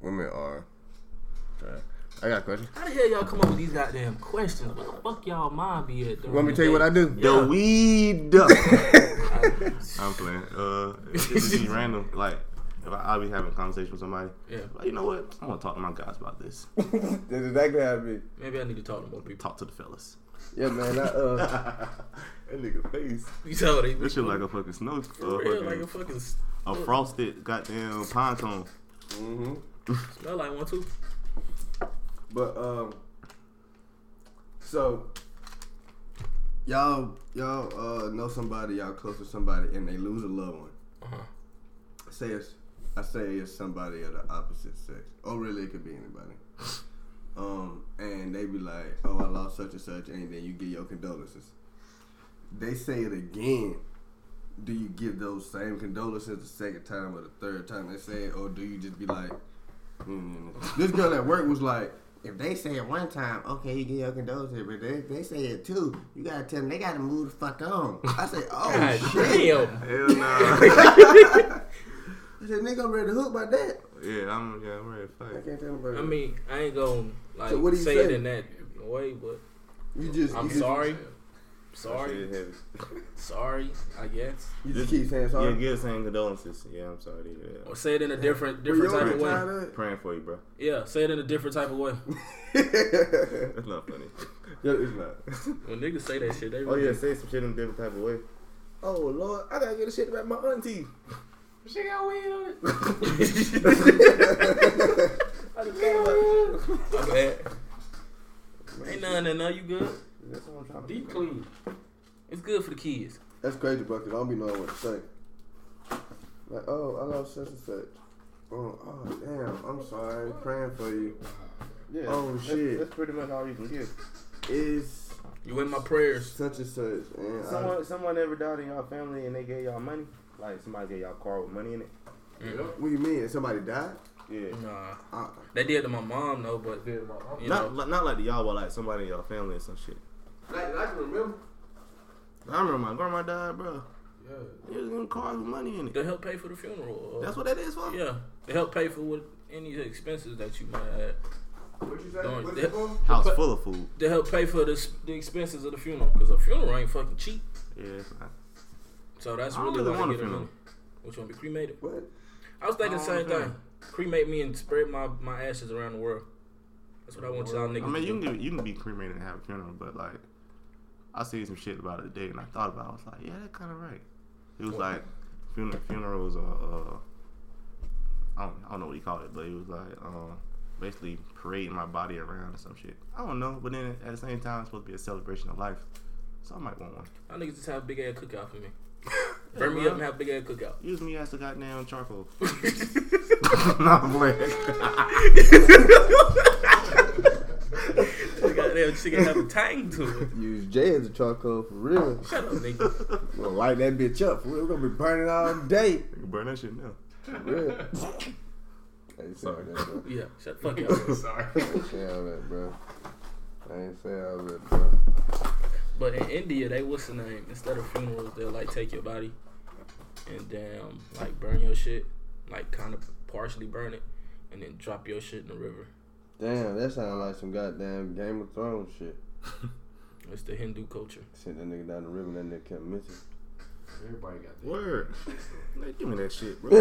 Women are. trash. I got a question.
How the hell y'all come up with these goddamn questions? What the fuck y'all mind be at?
Want me to tell you what I do?
The
Yeah.
weed. I'm playing. Uh, it's just be random. Like, if I, I'll be having a conversation with somebody,
Yeah.
like, you know what? I'm gonna talk to my guys about this.
That's exactly how I be.
Maybe I need to talk to more people.
talk to the fellas.
Yeah, man. I, uh,
that nigga face.
You tell these
This shit
people-
like a fucking snow, uh,
For real, like
fucking-
a fucking s-
a, frosted goddamn pine cone. Mm-hmm.
smell like one too.
But um, so y'all y'all uh know somebody y'all close to somebody and they lose a loved one. Say it's I say it's somebody of the opposite sex. Oh, really? It could be anybody. Um, and they be like, "Oh, I lost such and such," and then you give your condolences. They say it again. Do you give those same condolences the second time or the third time they say it, or do you just be like, mm-hmm. This girl at work was like, if they say it one time, okay, you get your condolences, but if they say it two, you gotta tell them they gotta move the fuck on. I said, oh
God
shit.
damn.
Hell no.
I said, nigga, I'm ready to hook by that.
yeah, I'm yeah, I'm ready to
I
fight.
can't tell nobody.
I mean, I ain't gonna like
So what do you
say, it
say?
in that way, but
you just,
I'm
you just-
sorry,
That shit
sorry,
is heavy.
sorry. I guess.
You just keep saying
Yeah,
sorry.
give saying condolences. Yeah, I'm sorry. to hear
Or
that.
say it in a different different
Were you
type of
on
way.
the
Praying for you, bro.
Yeah, say it in a different type of way.
timeout?
That's not funny. Yeah, it's not.
When niggas say that shit, they
oh
really
yeah, say some shit in a different type of way. Oh Lord, I gotta get a shit about my auntie.
She got weed on it. My bad. Ain't nothing that no, you good?
That's what I'm trying to
Deep
do.
clean. It's good for the kids.
That's crazy, bro, 'cause I don't be knowing what to say. Like, oh, I lost such and such. Oh, oh, damn, I'm sorry. Praying for you.
Yeah.
Oh,
that's,
shit.
That's pretty much all you can give.
It's
You in my prayers.
such and such. And I,
Someone, someone ever died in y'all family and they gave y'all money? Like somebody gave y'all a car with money in it?
what do you mean? Somebody died?
Yeah.
Nah.
Uh,
They did to my mom though, but
Did my uncle.
you
Not
know,
like- not like y'all, but like somebody in your family or some shit.
Like, I can remember.
I remember my grandma died, bro.
Yeah.
It was in cars with money in it.
to help pay for the funeral. uh,
That's what that is for.
Yeah, to help pay for what any expenses that you might have.
what you say?
Don't-
What you for?
House full of food.
To help pay for the, s- the expenses of the funeral, because a funeral ain't fucking cheap.
Yeah, it's not.
So that's
I don't
really
really
why
want a
you get the
funeral.
money. What you want to be cremated?
What?
I was thinking the
Oh,
same
okay.
thing. Cremate me and spread my, my ashes around the world. That's what I want y'all niggas.
I mean,
to
you can
do.
get, you can be cremated and have a funeral, but like, I seen some shit about it today, and I thought about. it. I was like, yeah, that kind of right. It was
What?
like funer- funerals are. Uh, I don't, I don't know what he called it, but it was like um, basically parading my body around or some shit. I don't know, but then at the same time, it's supposed to be a celebration of life, so I might want one.
Y'all niggas just have a big ass cookout for me. Burn me up and have a big ass cookout.
Use me as the goddamn charcoal. Not playing.
Goddamn chicken have a tang to it.
Use Jay as a charcoal for real.
Shut up, nigga.
We'll light that bitch up. For real. We're gonna be burning all day.
Burn that shit now.
For real. I ain't say all
Sorry.
that, bro.
Yeah, shut the fuck up.
Sorry.
I ain't say all that, bro. I ain't say all that, bro.
But in India, they what's the name? Instead of funerals, they'll like take your body and damn, like burn your shit, like kind of partially burn it, and then drop your shit in the river.
Damn, that sounds like some goddamn Game of Thrones shit.
It's the Hindu culture.
Sent that nigga down the river and that nigga kept missing.
Everybody got that.
Word. Man, give me that shit, bro.
yeah.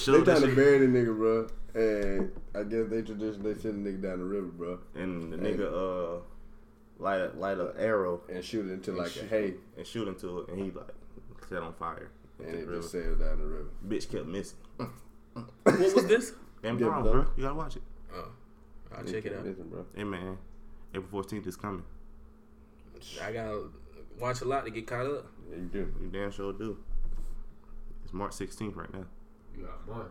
Show that
trying to
shit.
bury the nigga, bro. And I guess they traditionally send the nigga down the river, bro,
And the nigga uh light a, light a arrow
and shoot it into like a
shoot-
hay,
and shoot into it, and he like set on fire.
and it
Really?
just sailed down the river.
Bitch kept missing.
What was this?
Damn
Yeah,
wrong,
bro.
bro. You gotta watch it.
Oh, I'll check it out.
Listen, bro.
Hey man, April fourteenth is coming.
I gotta watch a lot to get caught up.
Yeah, you do.
You damn sure do. It's March sixteenth right now.
You got money.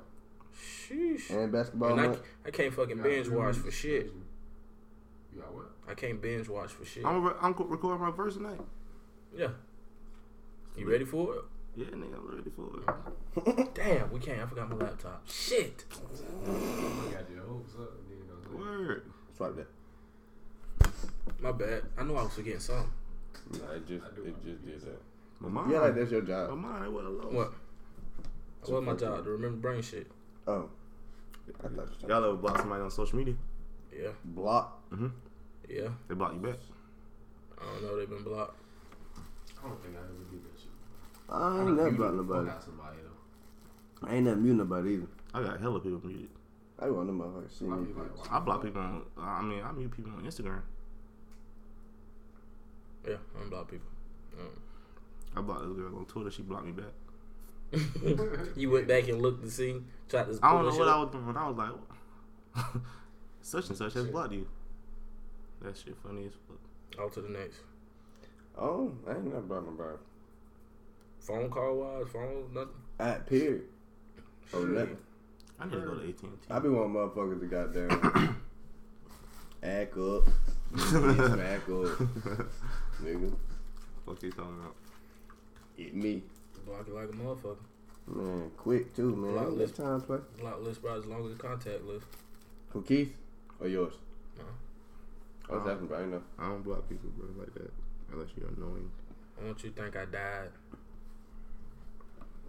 Sheesh.
And basketball,
And I,
month.
I can't fucking
You got
binge watch
movies.
for shit.
You got what?
I can't binge watch for shit.
I'm re- I'm co- recording my verse tonight.
Yeah. You ready for it?
Yeah, nigga, I'm ready for it.
Damn, we can't. I forgot my laptop. Shit.
You got your hopes up. And then uh, you know, what
Word.
swipe that.
My bad. I knew I was forgetting something.
Nah, it just,
I do
it
my
just did that.
My mom.
Yeah, like that's your
My
job.
mom. It was a loss.
What? What my job to remember brain shit.
Oh, I thought you said
Y'all ever block somebody on social media?
Yeah.
block.
Yeah.
They block you back.
I don't know. They've been blocked.
I don't think I ever did that shit.
I ain't never
You
blocked
the fuck
nobody.
out somebody though.
I ain't never mute nobody either.
I got hella people muted.
I want them motherfuckers to see
I'd
me.
be like, why
I
the
block
fuck?
people on. I mean, I mute people on Instagram.
Yeah. I unblocked people.
I blocked this girl on Twitter. She blocked me back.
Um, you went back and looked to see. Tried to.
I don't know
pull
what
shit
I
up.
was doing. I was like, such and such has blocked you. That shit funny as fuck.
On to the next.
Oh, I ain't never blocked nobody.
Phone call wise, phone nothing.
At period. Oh,
Shit.
nothing.
I need to go to AT&T.
I be wanting motherfuckers to goddamn act up, bitch, smack up, nigga.
What you talking about?
It me.
Block it like a motherfucker.
Man, quick too, man.
Block
Ain't
list.
got time to play.
Block list, bro, as long as the contact list.
From Keith or yours?
No.
I was asking, but I know.
I don't block people, bro, like that. Unless you're annoying.
I want you to think I died.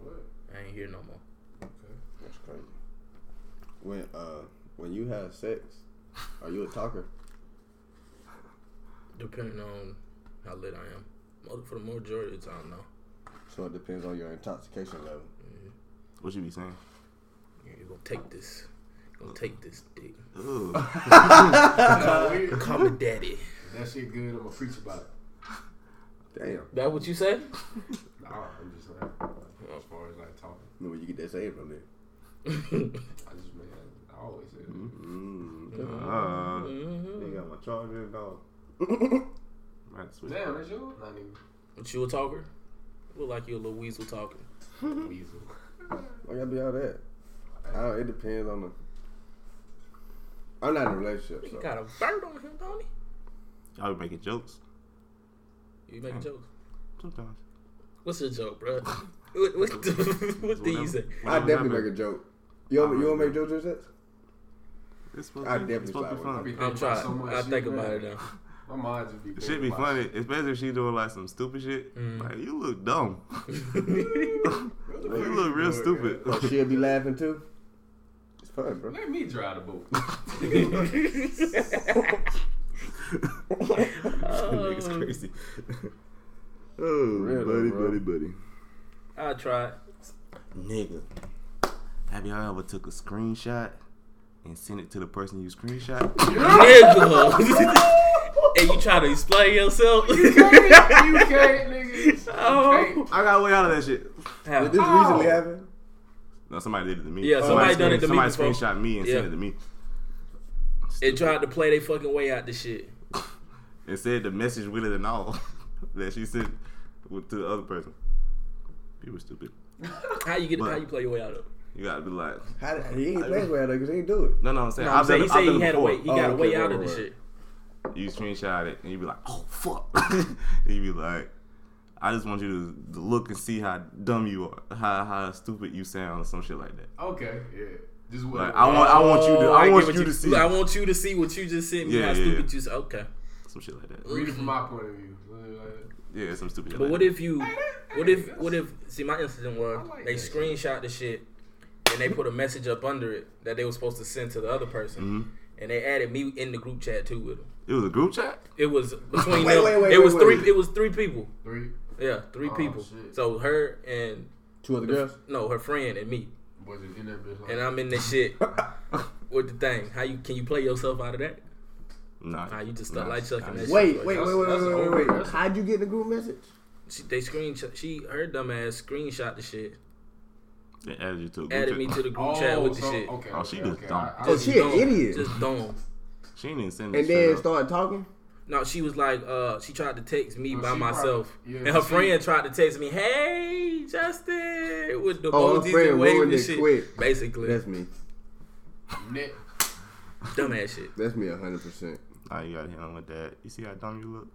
What?
I ain't here no more.
Okay.
That's crazy. When uh, when you have sex, are you a talker?
Depending on how lit I am. Mo- For the majority of the time, no.
So it depends on your intoxication level.
What you be saying?
You're gonna take this. Gonna take this dick.
Ooh.
Call me daddy.
That shit good. I'ma preach about it.
Damn.
That what you say?
Nah, I'm just like,
Oh.
as far as like talking,
Know where you get that saying from there?
Uh-huh.
I just man, I always say, that.
Mm-hmm.
Mm.
Uh,
Mhm.
they got my charger and dog. That's sweet.
damn, that's you. Not
But you a talker? Look like you a little weasel talking.
even weasel.
Why gotta be all that? I don't, it depends on the. I'm not in a relationship,
He
so
got a bird on him, don't
Y'all be making jokes
he? You making
Mm.
jokes?
sometimes.
What's your joke, bro? what what, the- what did you say?
I definitely make a joke. You want, you want to make jokes like that?
a. It's supposed
I
to be, it's
definitely
supposed to be
slide
funny.
I'm trying. I think about it now.
now. My mind just be.
It should
thinking
be
about
funny, especially if she doing like some stupid shit. Like you look dumb. you look real stupid.
But Oh, she'll be laughing too. It's fun, bro.
Let me drive the boat.
Nigga's crazy. oh,
real though, bro.
buddy.
I tried.
Nigga, have y'all ever took a screenshot and sent it to the person you screenshot?
Nigga. and you try to explain yourself?
you can't, nigga.
Oh.
I got way out of that shit.
Did this
How?
Oh.
recently happen?
No, somebody did it to me.
Yeah, somebody done it
screen-
to me
Somebody
before.
screenshot me and sent
Yeah.
it to me.
And tried to play their fucking way out the shit.
and said the message with it and all that she sent with, to the other person. People stupid.
How you get?
But-
how you play your way out of? it?
You gotta be like,
How did, he ain't playing well though, cause he ain't do it.
no, no, I'm saying,
No,
I've
I'm
done,
saying he
it- I've
said
done
he
it
had a
before.
way. He
Oh,
got a
okay,
way
right,
out of the
right.
shit.
You screenshot it and you be like, oh fuck, and you be like, I just want you to, to look and see how dumb you are, how how stupid you sound, or some shit like that.
Okay, yeah. Just what?
Like I want, I want you to,
Oh,
I
get
want
what
you to see
I want you to see what you just sent me.
Yeah,
how
yeah,
stupid
yeah.
you. s- Okay.
some shit like that.
read it from my point of view. Literally like that.
Yeah, some stupid. shit
But
like
what
that.
if you? What if? What if? See, my incident was
like
they
that.
screenshot the shit and they put a message up under it that they were supposed to send to the other person,
Mm-hmm.
and they added me in the group chat too with them.
it was a group chat?
It was between
Wait,
them.
wait, wait,
it
wait,
was
wait.
three. It was three people.
Three.
Yeah, three
Oh,
people.
shit.
So her and
Two other girls.
no, her friend and me,
Was it in that bitch? Like,
and I'm in this shit with the thing. How you can you play yourself out of that?
Nah,
Nah, you just start like
nah,
sucking
nah,
that
nah.
Wait, wait, wait,
That's-
wait,
that's
wait,
over.
wait, wait.
That's-
How'd you get the group message?
She, they screenshot. She her dumbass screenshot the shit,
They added you to a group
added
chat.
me to the group
oh,
chat with
so,
the shit.
Okay.
Oh, she
okay,
just
okay.
dumb.
I, I,
Oh, she an
Dumb.
idiot.
Just dumb.
She didn't send.
And then start talking.
No, she was like, uh, she tried to text me
Well,
by
she
myself,
probably- yeah,
and her
she-
friend tried to text me, "Hey, Justin," with the
Oh, her
emojis
friend
and waving
ruined
and
it
shit.
quick.
Basically,
That's me.
Nick,
dumbass shit.
That's me hundred percent.
Nah, you gotta hit on with that. You see how dumb you look?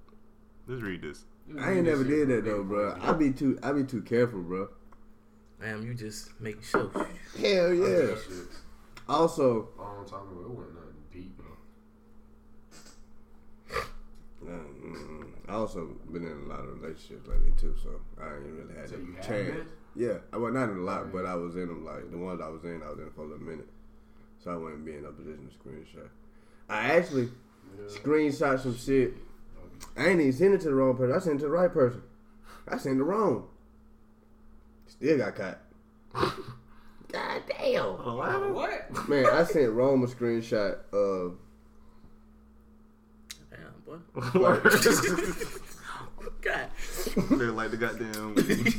Let's read this.
I ain't never did that though, bro. I be too, I be too careful, bro.
Damn, you just making sure.
Hell yeah.
That shit.
Uh, Also,
I don't talk about it. It wasn't nothing deep, bro.
uh, mm, I also been in a lot of relationships lately too, so I ain't really had
So you
a
had
chance.
it?
Yeah, I- well, not in a lot, but I was in them like the ones I was in, I was in for a little minute, so I wouldn't be in a position to screenshot. I actually screenshot some shit. I ain't even send it to the wrong person. I sent it to the right person. I sent it wrong. Still got caught. God damn.
What?
Man, I sent Rome a screenshot of
Damn, boy.
like,
God,
They're like the goddamn emoji.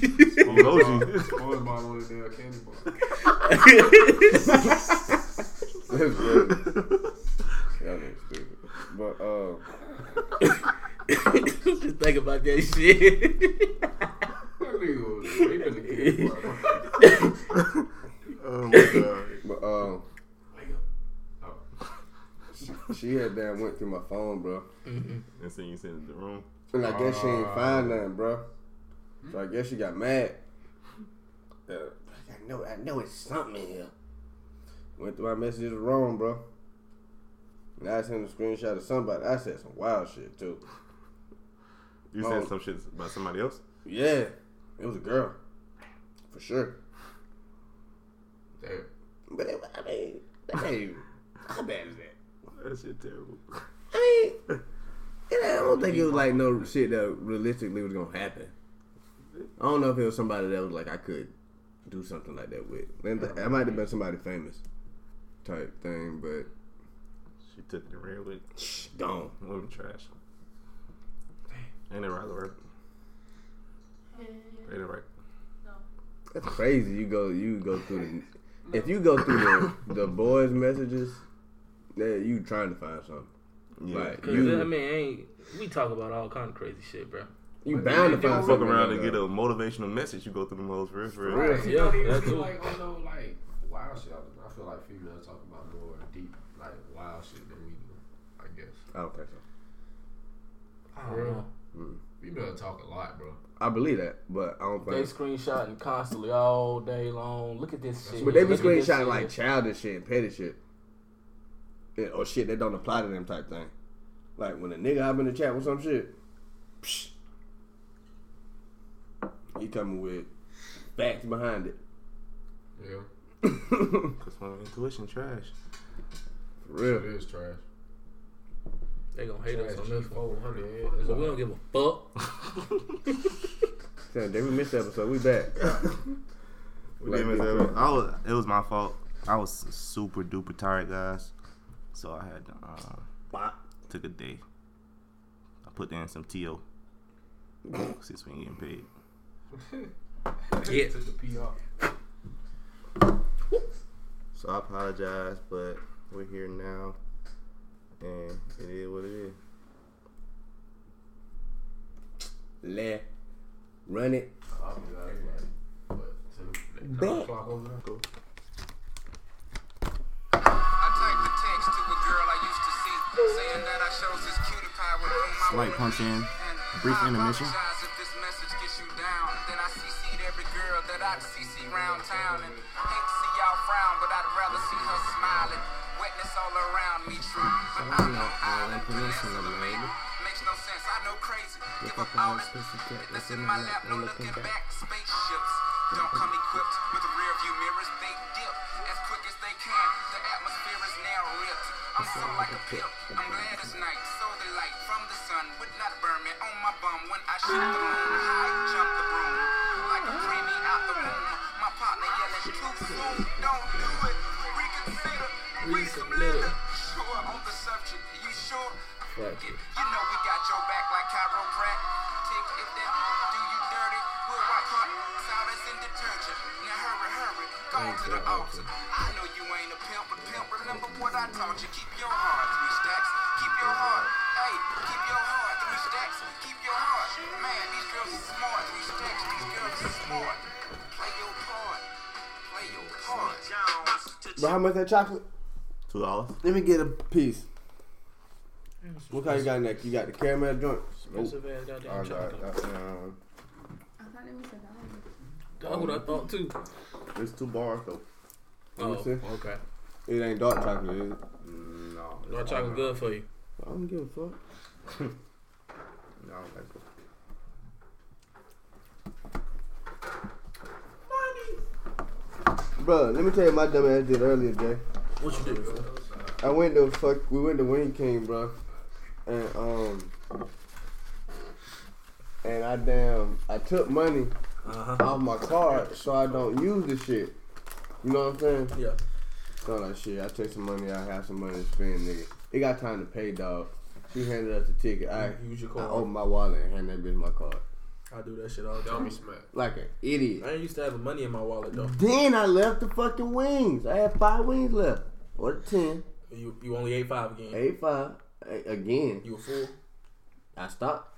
Spoiled by one of the damn candy bars.
That's crazy. That nigga stupid. But uh,
just think about that shit.
That nigga was raping the candy bar.
oh my god.
but uh,
Wake up. Oh,
she had damn went through my phone, bro.
And so you sent it to the room.
And I guess she
Uh,
ain't find nothing, bro. So Uh, I guess she got mad. Yeah. I know, I know it's something in here. Went through my messages wrong, bro. And I sent a screenshot of somebody. I said some wild shit too.
You
Oh.
said some shit about somebody else.
Yeah, it was a girl, for sure.
Damn.
But it, I mean, that ain't how bad is that?
That shit terrible.
I mean, and I don't think it was like no shit that realistically was gonna happen. I don't know if it was somebody that was like I could do something like that with. And th- it might have been somebody famous type thing, but
She took it and ran with it.
shh, don't.
women trash. Ain't that right, Lord? Ain't that right?
That's crazy. You go, you go through the, if you go through the, the boys' messages, that you trying to find something.
Yeah.
Like
Cause I
you,
mean, ain't we talk about all kind of crazy shit, bro?
you bound to find
Fuck
something.
around and get a motivational message. You go through the most for real, for real.
Right.
It
Yeah,
don't even
that
be
too.
like on no like wild shit. I, I feel like females talk about more deep like wild shit than we do. I guess
I don't think so.
I don't know. Females talk a lot, bro.
I believe that, but I don't
They
think.
screenshotting constantly all day long. Look at this shit.
But they be
Look at this
screenshotting
shit.
like childish shit and petty shit. Yeah, or shit that don't apply to them type thing. Like when a nigga hop in the chat with some shit, psh, he coming with facts behind it.
Yeah,
For
Cause my intuition trash.
it
real.
is trash.
they gonna hate us on this one.
Four hundred. Yeah, it's
But we
all-
don't give a fuck.
Damn, they we missed the episode. We back.
We
Like,
did miss
yeah.
that. I was, it was my fault. I was super duper tired, guys. So I had to, uh, took a day. I put in some TO. Since we ain't getting paid.
Yeah.
Took the P off.
So I apologize, but we're here now, and it is what it is.
Le, run it.
I'll be like, like, what? Till the
Bro.
clock over there. Cool.
I typed a text to a girl I used to see, saying that I shows this cutie pie with whom I
Slight
wanna
punch
be.
in.
And
Brief
I
intermission.
apologize if this message gets you down. Then I CC'd every girl that I'd CC round town. And hate to see y'all frown, but I'd rather see her smiling. Witness all around me true. But I'm no island peninsula, baby. Makes no sense, I know crazy. Give up all this. This in my lap, no looking back. Spaceships don't come equipped with rear view mirrors. They dip as quick as they can. The atmosphere is now ripped. I'm so like a pimp. I'm glad it's night. So the light from the sun would not burn me on my bum when I shoot the moon. I jump the broom like a preemie out the womb. My partner yelling too soon. Don't do it. Reconsider. Read some litter. Sure on the subject. You sure? Fuck it. You know we got your back like chiropractic. If that do you dirty, we'll wipe her silence and detergent. Now hurry, hurry, go to the altar. I know you ain't a pimp, but pimp, remember what I taught you. Keep your heart, three stacks. Keep your heart. Hey, keep your heart, three stacks. Keep your heart. Man, these girls are smart, three stacks. These girls are smart. Play your part. Play your part.
But how much that chocolate?
Two dollars.
Let me get a piece. What kind you got next? You got the caramel joint. Oh,
That's a bad goddamn
Alright,
chocolate.
alright, um,
I thought it was a
That's
dollar.
what I thought too.
It's two bars though.
Oh,
me see.
okay.
It ain't dark chocolate, is it?
No,
Dark chocolate good for you.
I don't give a fuck.
no, I don't like it.
Bro, let me tell you what my dumb ass did earlier, Jay.
What you did before?
I went to fuck. We went to Wing King, bro, and um, and I damn, I took money
Uh-huh.
off my card so I don't use the shit. You know what I'm saying?
Yeah.
So I'm like, shit, I take some money. I have some money to spend, nigga. It got time to pay, dog. She handed us the ticket. I,
Use your
I
card.
Oh.
opened my wallet and handed that bitch my card.
I do that shit all the
Don't
time.
be smacked.
Like an idiot.
I ain't used to have money in my wallet though.
Then I left the fucking wings. I had five wings left, or ten,
You you only ate five again.
eight, five. A- Again,
You a fool?
I stopped.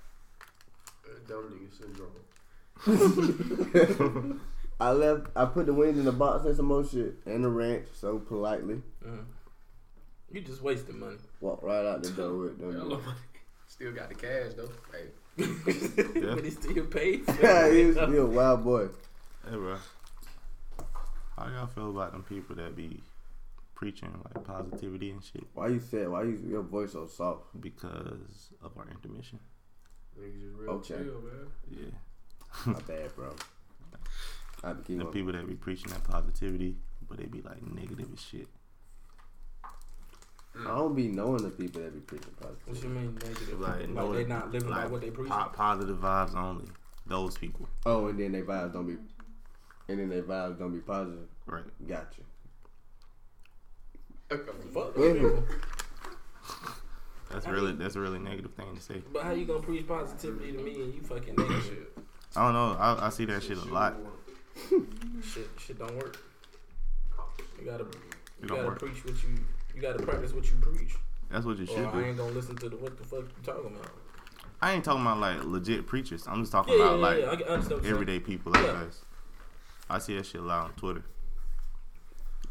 Dumb nigga syndrome.
I left. I put the wings in the box and some more shit, and the ranch. So politely
You just wasting money.
walked right out the door with
Hello,
them.
money. Still got the cash though. Hey,
but it still pays.
Yeah, he was still a wild boy.
Hey, bro. How y'all feel about them people that be preaching like positivity and shit
Why you said? Why you your voice so soft?
because of our intermission?
Niggas is real
Okay.
chill, man.
Yeah.
My bad, bro. I be
The
keep up.
people that be preaching that positivity, but they be like negative as shit.
I don't be knowing the people that be preaching
What
positive.
you mean negative?
Like,
Like,
no-
they not living by
like,
what they preach.
Po- positive vibes only. Those people.
Oh, and then their vibes don't be, and then their vibes don't be positive.
Right.
Gotcha. Wait
Fuck
a
those people.
minute.
That's really that's a really negative thing to say.
But how you gonna preach positivity to me and you fucking negative
I don't know. I, I see that shit a lot.
shit? Shit, shit don't work. You gotta, you
It
gotta
don't work.
preach what you, you gotta practice what you preach.
That's what you
Or
should
I
do.
ain't gonna listen to the what the fuck you talking about.
I ain't talking about like legit preachers. I'm just talking
Yeah, yeah,
about
yeah,
like
yeah. I, can- I understand what you're
everyday people like
Yeah.
us. I see that shit a lot on Twitter.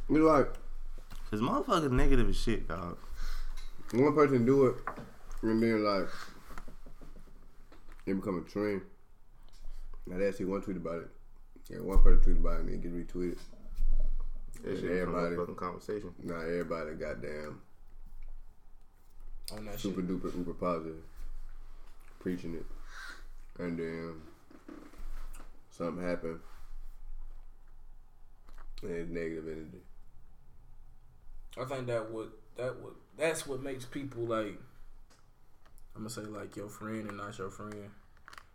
We like
Cause motherfuckers negative as shit, dog.
one person do it, and then like it become a trend. Now they see one tweet about it. Yeah, one person tweet about it and it get retweeted.
That
shit Yeah, from everybody. fucking
conversation.
Now everybody goddamn
saying. On that shit.
super duper uber positive, preaching it, and then something happened, and it's negative energy.
I think that would that would that's what makes people like I'm gonna say like your friend and not your friend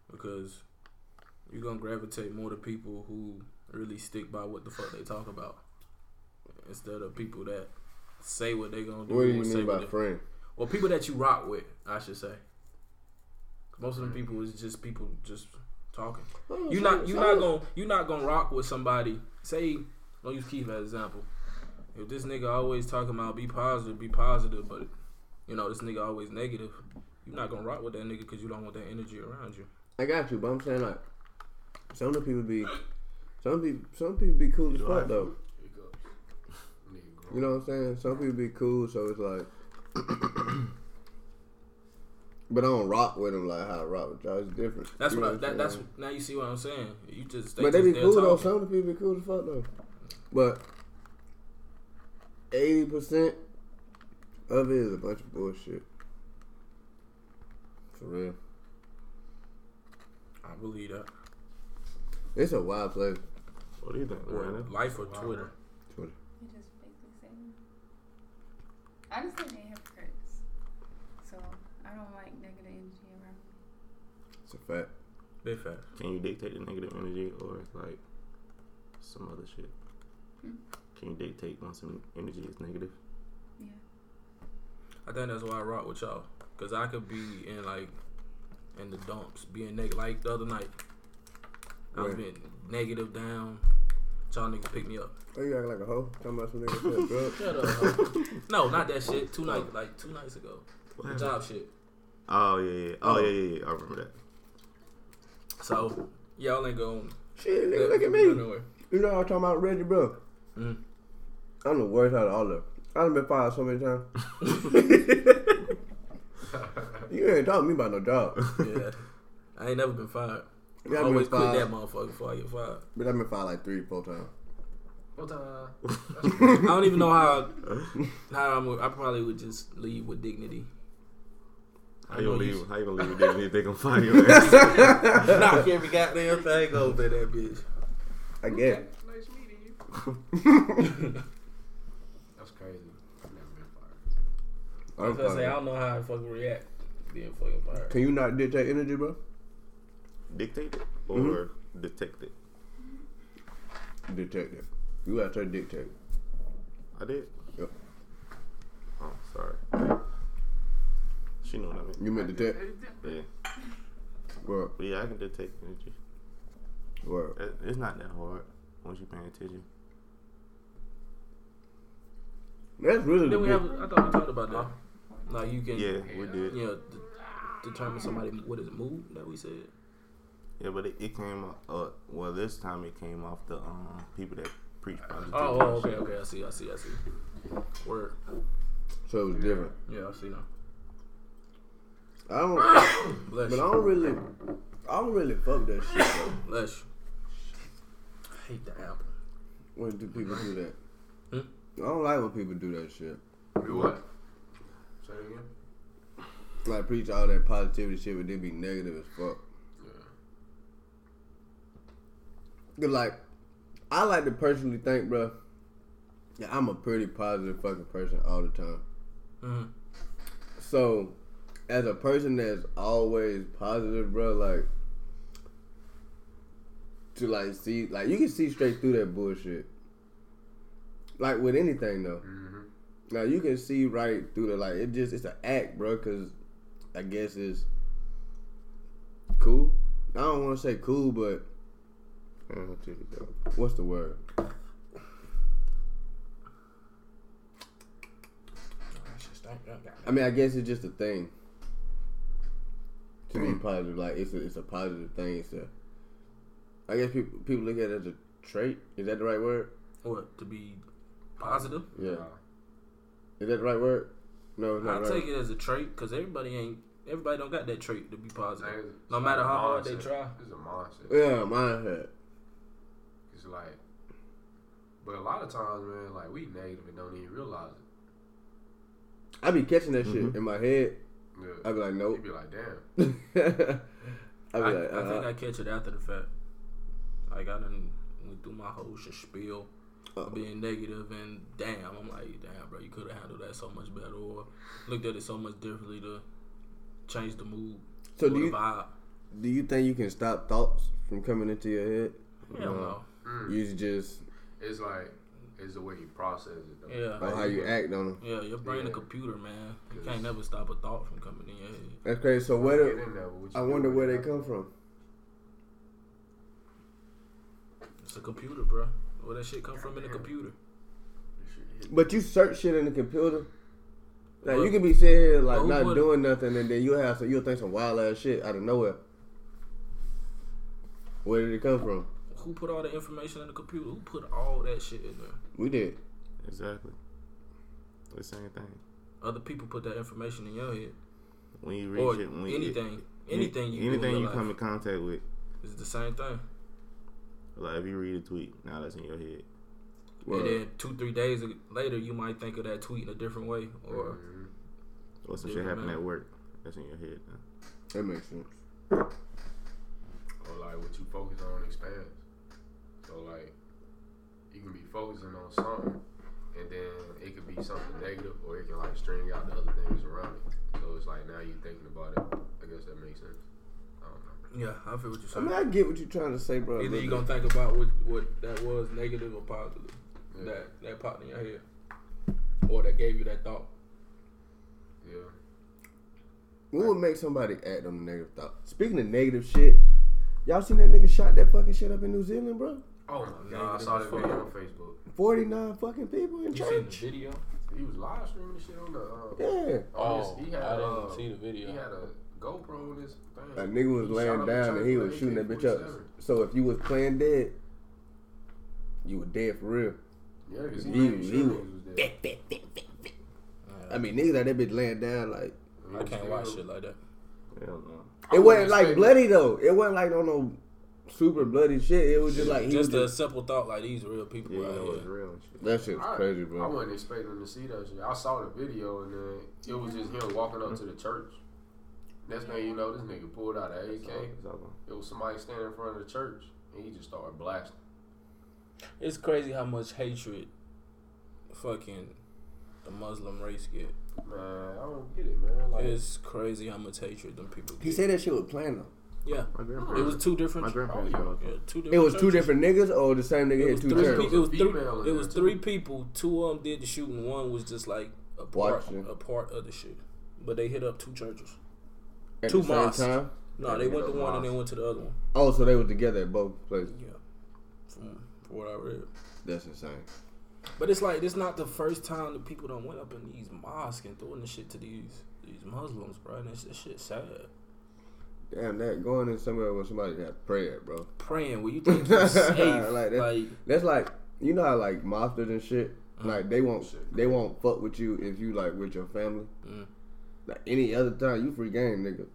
because you're gonna gravitate more to people who really stick by what the fuck they talk about instead of people that say what they gonna do.
What do you
or say
mean by
they-
friend?
Well, people that you rock with, I should say. 'Cause Most of them people is just people just talking. You not you not gonna you not gonna rock with somebody. Say, don't use Keith as an example. If this nigga always talking about be positive, be positive, but you know this nigga always negative, you're not gonna rock with that nigga because you don't want that energy around you.
I got you, but I'm saying like some of the people be some people some people be cool as fuck though.
Here it goes. Nigga grown.
You know what I'm saying? Some people be cool, so it's like. But I don't rock with them like how I rock with y'all. It's different.
That's
You
what,
know
I,
I'm
that, that's
saying?
now you see what I'm saying. You just they
But they
just
be
there
cool though.
talking.
Some of the people be cool as fuck though. But eighty percent of it is a bunch of bullshit. For real,
I believe that.
it's a wild place.
What do you think,
Or
Miranda?
life or Twitter.
Twitter.
You just basically saying. I just think they hypocrites. So I don't like negative energy around me.
It's a fact.
Big fact.
Can you dictate the negative energy or like some other shit? Can you dictate when some energy is negative?
Yeah.
I think that's why I rock with y'all. Cause I could be in like in the dumps, being negative. Like the other night, I was
Where?
being negative down. Y'all niggas picked me up.
Oh, you acting like a hoe? Talking about some nigga said drugs?
Shut up. Oh. hoe. no, not that shit. Two night, like two nights ago. The job shit.
Oh yeah, yeah. Oh yeah, yeah, yeah. I remember that.
So y'all ain't going.
Shit, nigga, look at me. You know I was talking about Reggie, bro.
Mm.
I'm the worst out of all of them. I've been fired so many times.
Mm.
you ain't talking to me about no job.
Yeah, I ain't never been fired.
Yeah,
I
I've
always
been
quit
fired,
that motherfucker before I get fired.
but I've been fired like three, four times.
What time?
I don't even know how. How I'm, I probably would just leave with dignity.
How you
know
gonna
you-
leave? How you gonna leave? Didn't you think I'm fighting your ass?
Knock every goddamn thing over that bitch.
I guess.
Nice meeting you.
That's crazy. I've never been fired.
I
I'm
was gonna say, I
fired.
don't know how I fucking react being fucking fired.
Can you not dictate energy, bro?
Dictate it or detect it?
Detective. You gotta try to dictate.
I did.
Yep.
Oh, sorry. She know what I mean.
You meant detect?
Yeah,
Well,
but yeah, I can detect energy.
well.
It- It's not that hard once you paying attention.
That's really the
Then we have,
big.
I thought we talked about that. Like you can,
Yeah,
yeah,
we did.
you know, d- determine somebody what is mood that we said.
Yeah, but it, it came up. Uh, well, this time it came off the um people that preach positivity.
Oh, oh, okay, okay, I see, I see, I see. Word,
So it was different.
yeah, I see now.
I don't,
Bless
but I
you,
don't really, I don't really fuck that shit.
bless you. I hate the apple.
When do people do that?
Hmm?
I don't like when people do that shit.
Do what? Say it again.
Like preach all that positivity shit, but they be negative as fuck.
Yeah.
Cause like, I like to personally think, bro. Yeah, I'm a pretty positive fucking person all the time.
Mhm.
So, as a person that's always positive, bro, like to like see, like you can see straight through that bullshit. Like with anything though,
Mhm.
now you can see right through the like it just it's an act, bro. Cause I guess it's cool. I don't want to say cool, but what's the word?
That shit stink, that got-
I mean, I guess it's just a thing to be positive. Like it's a, it's a positive thing. It's a, I guess people people look at it as a trait. Is that the right word?
What to be positive?
Yeah. Is that the right word? No, it's
I
not right.
take it as a trait because everybody ain't everybody don't got that trait to be positive.
Niggas-
No
it's
matter
like a
how hard they
mindset.
try.
It's a mindset.
Yeah, mindset.
It's like, but a lot of times, man, like we negative and don't even realize it.
I be catching that shit in my head.
Yeah.
I be like,
You
nope.
be like, damn.
I be like,
I, I,
uh-huh.
think I catch it after the fact. Like I done went through my whole shit spiel, of being negative and damn, I'm like, damn, bro, you could have handled that so much better or looked at it so much differently to change the mood.
So
or
do
the
you-
vibe.
Do you think you can stop thoughts from coming into your head?
Hell no.
Mm.
You just
It's like, it's the way you process it. Though.
Yeah.
on how you act on them.
Yeah, your brain a
Yeah.
computer, man. You
Yes.
can't never stop a thought from coming in your head.
That's crazy. So
Get
where do,
in there, but what you
I
do
wonder
with
where
it,
they come from.
It's a computer, bro. Where that shit come from in the computer?
that shit hit.
But you search shit in the computer. Like you
But-
can be sitting here like
but who
not
put-
doing nothing, and then you'll have some, you'll think some wild ass shit out of nowhere. Where did it come from?
Who put all the information in the computer? Who put all that shit in there?
We did.
Exactly. The same thing.
Other people put that information in your head.
When you read
Or
shit, when
anything.
you,
Anything you do in
anything
your
you
life.
come in contact with,
It's the same thing.
like if you read a tweet, now that's in your head.
Word.
And then two, three days later, you might think of that tweet in a different way. Or
Mhm.
Or some
Yeah,
shit happened
man.
at work, that's in your head. Now.
That makes sense.
Or like what you focus on expands. So like, you can be focusing on something, and then it could be something negative, or it can like string out the other things around it. So it's like now you're thinking about it. I guess that makes sense. I don't know.
yeah, I feel what you're
I mean,
saying.
I get what you're trying to say, bro.
Either
but
you gonna think about what what that was, negative or positive,
Yeah.
that that popped in your head, or that gave you that thought.
Yeah.
what would make somebody act on a negative thought? Speaking of negative shit, y'all seen that nigga shot that fucking shit up in New Zealand, bro?
Oh my god! I saw that video on Facebook.
Forty nine fucking people in
You seen the
church.
video?
He was live streaming this shit on the. Uh,
Yeah,
on his- he had,
Oh, I didn't
uh,
see the video.
He had a GoPro on his thing.
that nigga was
He shot
laying
up the
down
church
and he
with
was shooting that bitch up.
AK-47.
So if you was playing dead, you were dead for real.
Yeah, because he,
He-
made
he
sure
was-
niggas was there.
I mean, niggas like that bitch laying down like
I can't watch shit like that.
Hell no.
it wasn't
wouldn't
like
expect-
bloody though. It wasn't like no no super bloody shit. It was just like he
just
was
a
just,
simple thought like these real people
Yeah, you
out
know it's
here.
real and shit.
that shit's
I-
crazy,
I
bro.
wasn't expecting to see that shit. I saw the video and then it was just him walking up to the church. Next thing you know, this nigga pulled out an AK.
It's all gone.
It was somebody standing in front of the church and he just started blasting.
It's crazy how much hatred fucking the Muslim race get.
Man, I don't get it, man. Like,
It's crazy how much hatred them people get.
He said that shit was planned though.
yeah.
My grandpa.
It was two different.
my grandparents.
Oh, yeah.
drove.
yeah, two different
It was two
churches.
different niggas or the same nigga
It
had
was
two
three.
churches.
turns.
People, it was
There was a female
three.
in
It
there,
was
too.
three people. Two of them did the shooting. One was just like a part,
Watching.
a part of the shit. But they hit up two churches.
At
two
the same
mosques.
time.
No, they went to one and they went to the other one.
Oh, so they were together at both places.
Yeah, from, from what I read.
That's insane.
But it's like it's not the first time that people done went up in these mosques and throwing the shit to these these Muslims, bro. And it's this shit sad.
Damn that going in somewhere where somebody got prayer, bro.
Praying where you think you're safe,
Like
like,
that- That's like you know how like mobsters and shit,
Uh-huh.
like they won't they won't fuck with you if you like with your family.
Mm.
Like any other time, you free game, nigga.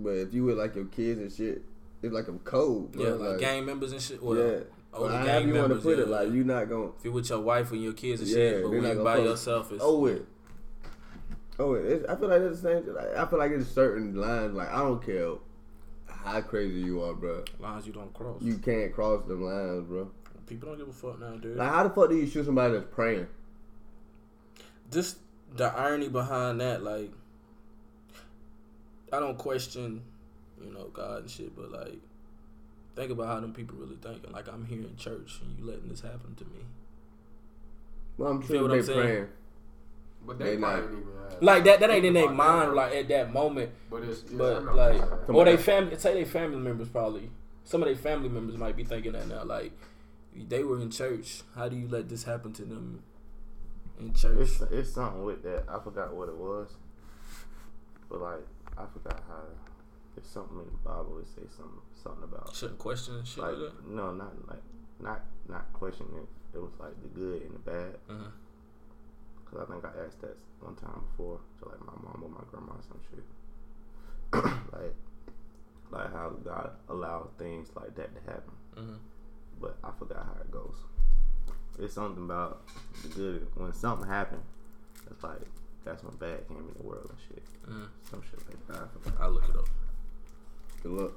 But if you with like your kids and shit, it's like I'm cold.
yeah,
bro.
like, gang members and shit. Well,
yeah. Well,
older gang
however you want to
Oh, members.
put
yeah.
it, like you not gonna
if you with your wife and your kids and
Yeah,
shit,
they're
but when
not
you
gonna
by
post-
yourself, it's
Oh it. Oh it. It's, I feel like it's the same. Like, I feel like it's certain lines. Like I don't care how crazy you are, bro.
lines you don't cross.
You can't cross them lines, bro.
People don't give a fuck now, dude.
Like how the fuck do you shoot somebody that's praying?
just the irony behind that, like, I don't question, you know, God and shit, but like, think about how them people really thinking. Like, I'm here in church and you letting this happen to me.
Well, I'm
feel
sure
what
they
I'm saying?
praying.
But they,
They not-
probably didn't even have-
Like that, that ain't in
think
their
about that.
mind, like at that moment.
But it's, it's
But
but
like,
Come
or
on.
they family, say they family members probably. Some of their family members might be thinking that now. Like, they were in church. How do you let this happen to them in church?
It's it's something with that. I forgot what it was, but like I forgot how. There's something in the Bible that say something something about
Shouldn't question and shit
like
like that.
no, not like not not questioning it. It was like the good and the bad.
Mhm.
Cause I think I asked that one time before to like my mom or my grandma or some shit. like like how God allowed things like that to happen.
Mhm.
But I forgot how it goes. It's something about the good when something happened. It's like that's when bad came in the world and shit.
Mhm.
Some shit like that. I forgot.
I look it up.
Good luck.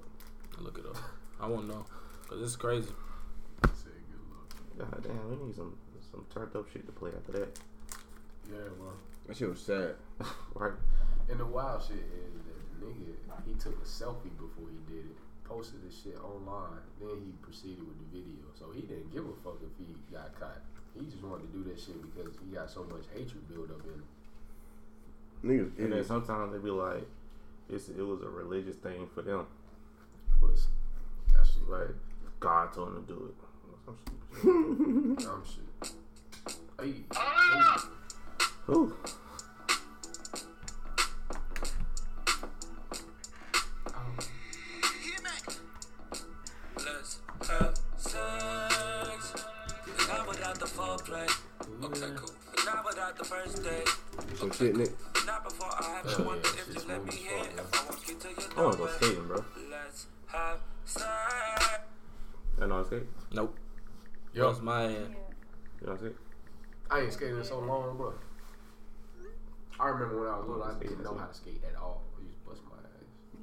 I look it up. I won't know, cause it's crazy.
Say good luck.
God damn, we need some some turned up shit to play after that,
Yeah, well.
That shit was sad.
right?
And the wild shit is that the nigga, he took a selfie before he did it, posted this shit online, then he proceeded with the video. So he didn't give a fuck if he got caught. He just wanted to do that shit because he got so much hatred built up in him.
Niggas
And then
idiots.
sometimes they be like, it's it was a religious thing for them.
But it's- that shit,
Like God told them to do it.
dumb shit. Hey,
Ooh.
Let's have sex. Not without the foreplay. Okay, cool. Not without the first date.
Some shit, nigga.
Not before I have
Hell
to
yeah,
wonder
shit's
if you let
smooth
me
as
in.
fuck, man.
If I walk you to your
I want to go
doorway.
skating, bro.
Let's have sex.
I know how to skate.
Nope.
yo,
That's my
Yeah.
end.
You know what I'm saying?
I ain't skated in so long, bro. I remember when I was little, I didn't know how to skate at all. I used to bust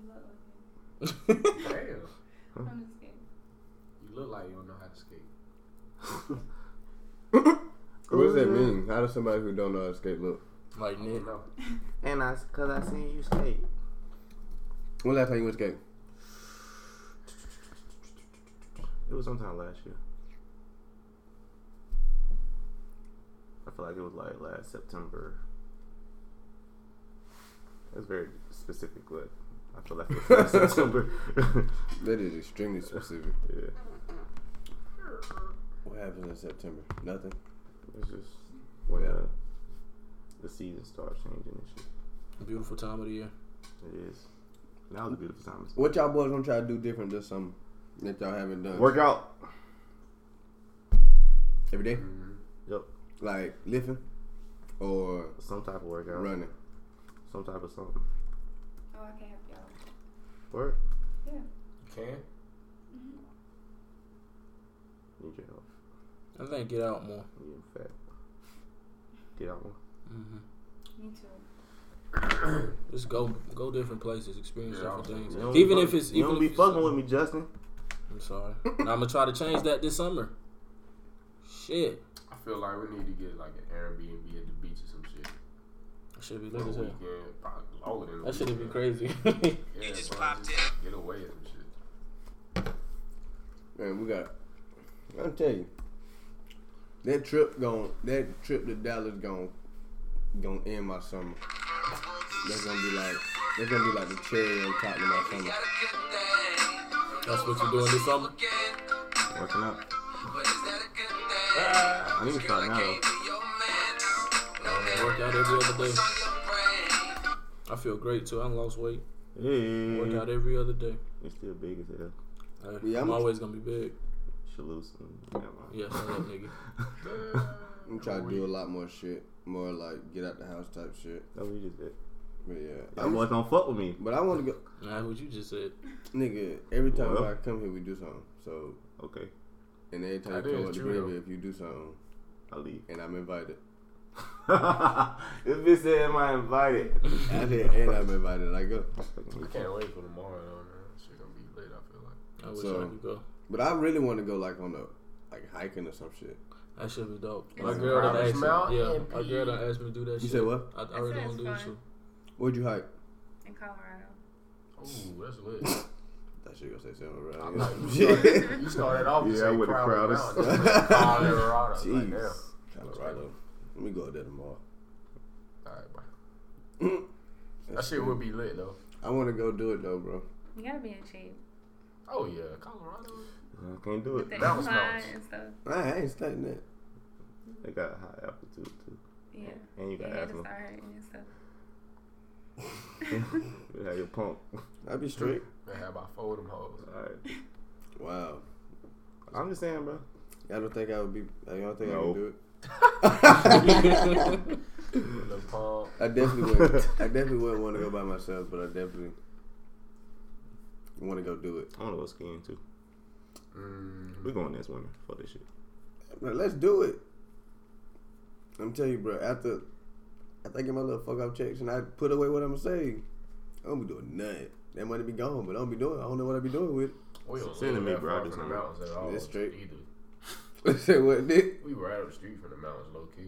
my ass.
You look like
Damn,
it. I'm just kidding.
you look like you don't know how to skate.
What does that mean? How does somebody who don't know how to skate look?
like
You
Nick.
know,
And I, cause I seen you skate.
When last time you went skating?
It was sometime last year. I feel like it was like last September. That's very specific, but I feel like it was last September.
That is extremely specific.
yeah,
What happens in September? Nothing.
it's just when
Yeah.
uh, the season starts changing and shit.
Beautiful time of the year.
It is. Now was a beautiful time.
What y'all boys gonna try to do different this summer that y'all haven't done?
Workout.
every day, Mm-hmm.
Yep.
like lifting or
Some type of workout.
running.
Some type of something.
Oh, I can help y'all.
Work. Mm-hmm.
you can.
Need your help.
I think get out more.
You fat. Get out one.
Mm-hmm.
Me too.
Just go, go different places, experience
Yeah,
different things.
You don't
Even
be
if
fuck-
it's
you
even
don't
if
be
it's-
fucking with me, Justin.
I'm sorry. And I'm gonna try to change that this summer. Shit,
I feel like we need to get like an Airbnb at the beach or some shit.
I should be
For a
lit as hell.
weekend, probably longer than a
That should have been
weekend.
crazy.
Yeah,
You just
bro,
popped
just Get away from shit.
Man, we got. I'm tell you, that trip gon' that trip to Dallas gon' gon' end my summer. That's gonna be like that's gonna be like the cherry on top of my summer.
That's what you're doing this summer.
Working out. Ah, I need to start now. though.
Work out every other day. I feel great too. I done lost weight. Work out
Hey,
every other day.
you're still big as hell.
Hey,
Mm-hmm. Yeah,
I'm
I'm-
always gonna be big.
Should lose some. Never mind.
Yeah, shut up, nigga.
I'm trying to do a lot more shit, more like get out the house type shit.
That's what you just did.
But yeah,
That boy don't fuck with me.
but I want to go,
Nah, what you just said.
nigga. Every time
Well.
I come here, we do something. So
Okay.
And every time
That
you come
is
out the
true,
crib,
though.
if you do something,
I leave.
and I'm invited,
this bitch said, "Am I invited?"
I said, and I'm invited, uh, I go.
I can't wait for tomorrow though, man. Shit gonna be late. I feel like.
I wish I
So-
could go.
But I really want to go like on a like hiking or some shit.
That should be dope. My
Like
girl done
Robert's
asked me.
Mountain,
Yeah,
P.
my girl done asked me to do that shit.
You said what?
I, I really
That
want to
sounds
do it
fun.
too.
Where'd you hike?
in Colorado.
Ooh, that's lit.
That shit gonna say something
I'm like,
right.
you started, you started off
Yeah,
yeah,
with
with
the
Crowder
crowders.
Mountain. Colorado. Jeez. Like, damn.
Jeez, Colorado. Let me go there tomorrow.
All right, bye. That shit would be lit though.
I want to go do it though, bro.
You gotta be in shape.
Oh yeah, Colorado.
I can't do
With
it.
the
That was
incline
nice.
and stuff.
I ain't stating that.
They got a high altitude too,
Yeah.
and you
You
got
gotta
asthma.
start hurting and stuff.
You have your pump.
I'd be straight.
Man, how about four of them hoes?
All right.
Mm-hmm.
Wow.
I'm just saying, bro.
Y'all don't think I would be? uh, Y'all don't think I
No.
would do it?
The pump.
I definitely would. I definitely wouldn't want to go by myself, but I definitely want to go do it.
I want to go skiing too.
Mm,
We're going next winter for this shit.
Bro, let's do it. I'm telling you, bro. After after I get my little fuck up checks and I put away what I'm gonna say, I don't be doing nothing. That money be gone, but I don't be doing. I don't know what I be doing with
we don't
Send it
live
me,
that
bro. I
far
just
from the
know.
mountains at all.
It's straight.
Either.
it. Say what, Nick?
We were out of the street from the mountains, low key.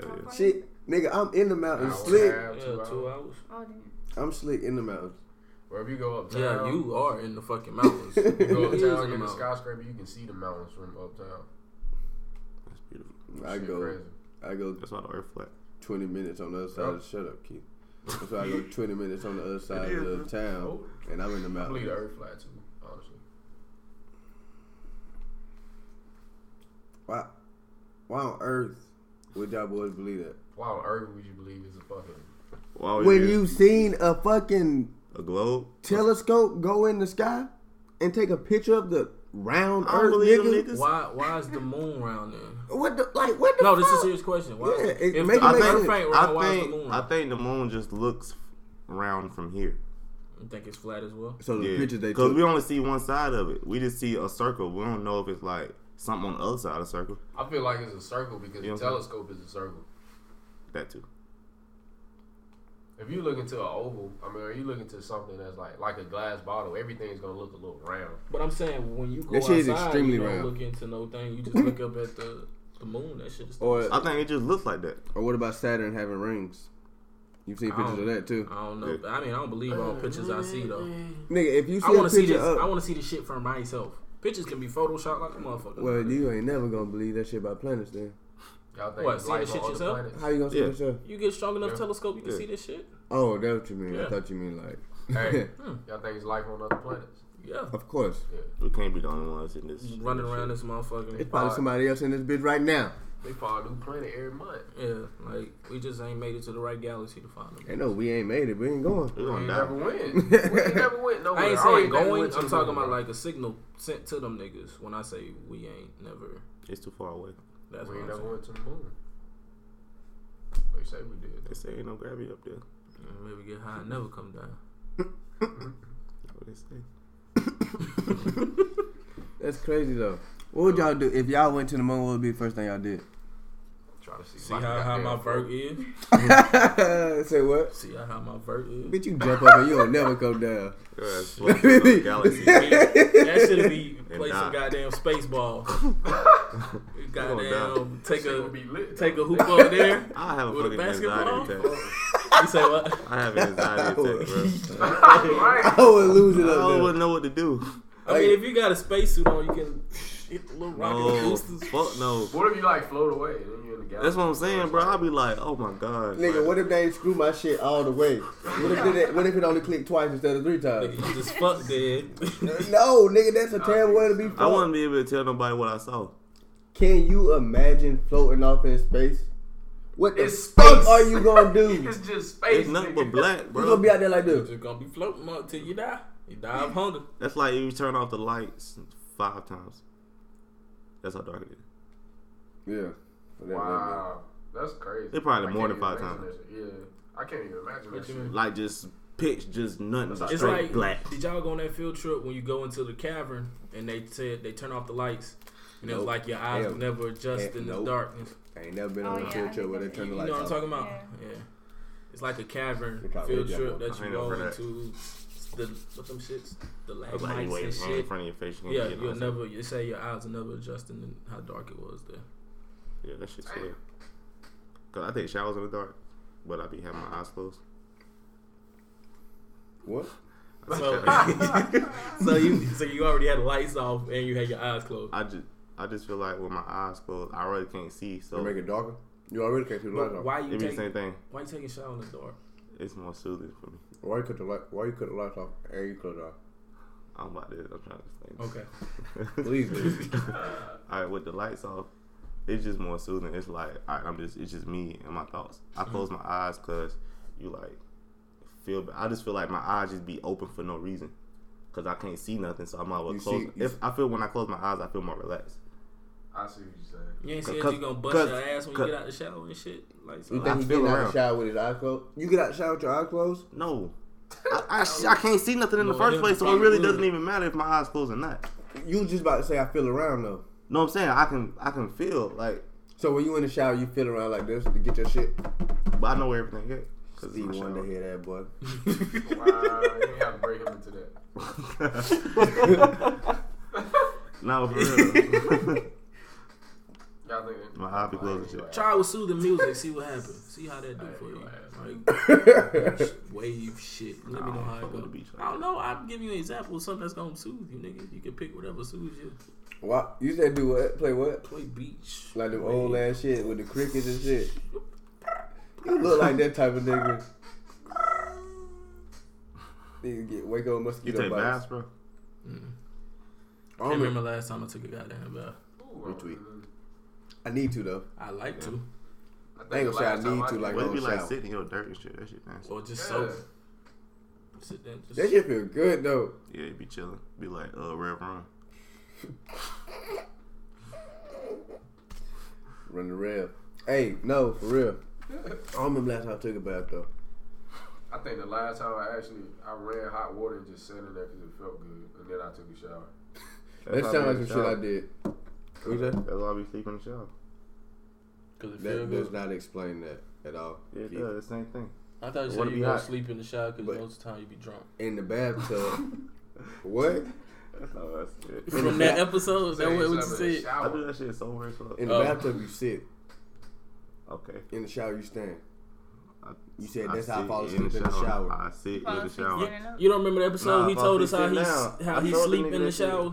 Hell yeah.
Shit, nigga, I'm in the
Hour and
mountains,
a
slick.
half, two
Yeah, two hours.
Oh damn.
I'm slick in the mountains.
Or if you go uptown,
Yeah, you are in the fucking mountains. you
you go
is in the
uptown, get the
mountains.
skyscraper, you can see the mountains from uptown.
That's beautiful.
I
Shit
go,
crazy.
I go
That's why the Earth flat.
20 minutes on the other side.
Yup.
Of, shut up, Keith. That's why I go 20 minutes on the other side
is,
of the town,
Oh.
and I'm in the
I believe the
mountains.
earth flat too, honestly.
Why, why on earth would y'all boys believe that?
Why on earth would you believe it's a fucking Oh,
Why would
when
it be
you seen a fucking
a globe?
telescope go in the sky and take a picture of the round
I don't
Earth,
believe them
nigga.
niggas.
Why? Why is the moon round then?
What the like? What the?
No, this is
fuck?
a serious question. Why?
Yeah, it-
if
make it
the
I
make
Earth
sense.
ain't round, why
I
is the moon
think I
round?
think the moon just looks round from here.
You think it's flat as well?
So the
Yeah,
pictures they
because
took.
we only see one side of it. We just see a circle. We don't know if it's like something on the other side of the circle.
I feel like it's a circle because
Yeah.
the telescope is a circle.
That too.
If you look into an oval, I mean, are you looking into something that's like like a glass bottle? Everything's gonna look a little round.
But I'm saying when you go
That shit is
outside,
extremely
you don't
round.
look into no thing. You just look up at the the moon. That shit is.
Or
I think it just looks like that.
or what about Saturn having rings? You've seen
I
pictures of
don't-
that too,
I don't know. I mean, I don't believe all pictures I see though.
nigga. If Mm-hmm. you
I
see a
want to
picture
see this.
up,
I want to see this shit for myself. Pictures can be photoshopped like a motherfucker.
well, you ain't never gonna believe that shit about planets. Then
Y'all think
What,
it's
see that
life
shit
on other
yourself?
planets?
how you gonna see
Yeah.
that shit?
You get strong enough
Yeah.
telescope, you can
Yeah.
see this shit.
Oh, that's what you mean.
Yeah.
I thought you mean like.
Hey, y'all think it's life on other planets?
Yeah,
of course.
We can't be the only ones in this.
running around this motherfucker.
It's probably
Alright.
somebody else in this bitch right now.
They find a new planet every month.
Yeah, like we just ain't made it to the right galaxy to find them.
Ain't no, we ain't made it. We ain't going.
We're
We
gonna
ain't
die.
never win. We ain't never win nowhere.
I ain't
already
saying
never
going.
went to
I'm
the
talking
moon,
about
bro.
like a signal sent to them niggas. When I say we ain't never,
It's too far away.
that's
we
what
ain't
I'm
never
saying.
went to the moon. They say we did.
They say ain't no gravity up there.
Mm, Maybe get high and never come down.
That's what they say.
That's crazy though. What would y'all do if y'all went to the moon? What would be the first thing y'all did?
Try to see.
See
like,
how high
goddamn,
my vert
bro.
is.
Say what?
See how high my vert is.
Bitch, you jump up and you don't never come down.
Girl, that's supposed to be a galaxy.
that should be play
nah.
some goddamn space ball. goddamn, take
Shit
a
would be lit.
take a hoop up there.
I have a
With a
fucking anxiety
basketball?
attack.
You say what?
I have an anxiety attack, bro.
right.
I would lose
I
it
don't
up
even know what to do.
I mean, if you got a spacesuit on, you can hit the little rocket
No,
boosters.
fuck no.
What if you like float away and then you're in the galaxy?
That's what I'm saying, bro. I'll be like, oh my god.
there. Nigga, what if they ain't screw my shit all the way? What if it, what if it only clicked twice instead of three times?
You just fuck dead.
No, nigga, that's a terrible way to be.
I
fucked.
wouldn't be able to tell nobody what I saw.
Can you imagine floating off in space? What the
It's
fuck
space.
are you gonna do? you
It's just space.
It's nothing
nigga.
but black,
gonna
bro.
be out there like
You're
this?
just gonna be floating up till you die. You die of hunger.
That's like if you turn off the lights five times. That's how dark it is.
Yeah.
Wow, that's crazy.
They probably
I
more
can't
than
even
five
imagine that shit. Yeah, I can't even imagine
What
that
you
shit.
mean?
Like just pitch, just nothing.
It's
Straight
It's like,
black.
did y'all go on that field trip when you go into the cavern and they said they turn off the lights And it was
Nope.
like your eyes
Hell.
would never adjust
Hell,
in the
nope.
darkness.
I ain't never been
Oh,
on
yeah,
a
I
field trip
think
where
I
they
did.
turn
You
the
know
lights
what I'm
off.
talking about?
Yeah.
Yeah. It's like a cavern
They probably
field
did that one.
trip that
I
you
ain't
go
never heard of
into. The what them shits, the
It's like you
landmines
wait
and
in
shit.
front of your face. You
Yeah,
can't
you'll
get
never. They say your eyes will never adjust in how dark it was there.
Yeah, that shit's weird. Cause I take showers in the dark, but I be having my eyes closed.
What?
So, so you so you already had the lights off and you had your eyes closed.
I just I just feel like with my eyes closed, I really can't see. So
To make it darker? You already can't see the lights
But
off.
why
it
you
be the
taking
same thing.
why you taking shower in the dark?
It's more soothing for me.
Why you cut the light? Why you cut the lights off and you cut it off?
I'm about to. I'm trying to explain.
Okay.
Please, please.
all right, with the lights off, it's just more soothing. It's like all right, I'm just it's just me and my thoughts. I
Mm-hmm.
close my eyes because you like feel. I just feel like my eyes just be open for no reason because I can't see nothing. So I might as well
You
close.
see- you
if I feel when I close my eyes, I feel more relaxed.
I see what you're saying.
You ain't
Cause-
said you gonna bust
cause-
your ass when
cause-
you get out the shower and shit. Like so
You
I
think he
feel
getting out
around.
the shower with his eyes closed? You get out the shower with your eyes closed?
No. I, I, I can't see nothing in the
No,
first
it
place, so it
doesn't.
really doesn't even matter if my eyes closed or not.
You was just about to say I feel around though.
No, I'm saying I can I can feel like,
So when you in the shower, you feel around like this to get your shit.
but I know where everything is. Cause
Steve wanted to hear that boy.
Wow, you have to break him into that.
no, for real.
Y'all think
My eye be closed and shit.
Try with soothing music, see what happens. See how that do for you. Like wave shit. Let me know how
fuck with
it go.
the beach like
I don't know. I'm giving you an example of something that's gonna soothe you, nigga. You can pick whatever soothes you.
What? You said do what? Play what?
Play beach.
Like the
wave.
old ass shit with the crickets and shit. You look like that type of nigga. Nigga get wake
You
up with mosquito
take
bites.
baths, bro?
I,
Can't
don't
remember last time I took a goddamn bath.
Retweet. I need to though.
I like to,
I ain't gonna say I need to, like-
What it be like
shower.
sitting in your dirt and shit? That shit nasty.
or just
Yeah.
soak. Sit there, and just
That shit feel good though.
Yeah, you be chilling. Be like, uh, Rev Run.
Run the rev. Hey, no, for real. I don't remember last time I took a bath though.
I think the last time I actually I ran hot water and just sat in there because it felt good, and then I took a shower.
That
how I
sound
be
like
in
some
the
shit I
shower.
did. What you say?
That's why I be sleeping in the shower.
because it feel
That does
good.
not explain that at all.
Yeah, it
Keep-
does. The same thing.
I thought you
Wanna
said
be
you go
hot.
sleep in the shower because
But-
most of the time you be drunk.
In the bathtub. what?
That's how I see it.
From that episode, is that
Say
what, what you
something in the
said?
I
shower.
do that shit so weird. So,
In the
Oh.
bathtub you sit.
okay.
In the shower you stand.
I-
You said
I
that's how I
sit
fall asleep in the shower.
I sit in
Fall
the
asleep
shower.
standing up.
You don't remember the episode
Nah,
he
if I
told
be
us how
sitting
he s-
down,
how
I
he
told the
sleep
nigga
in the
that shit.
shower?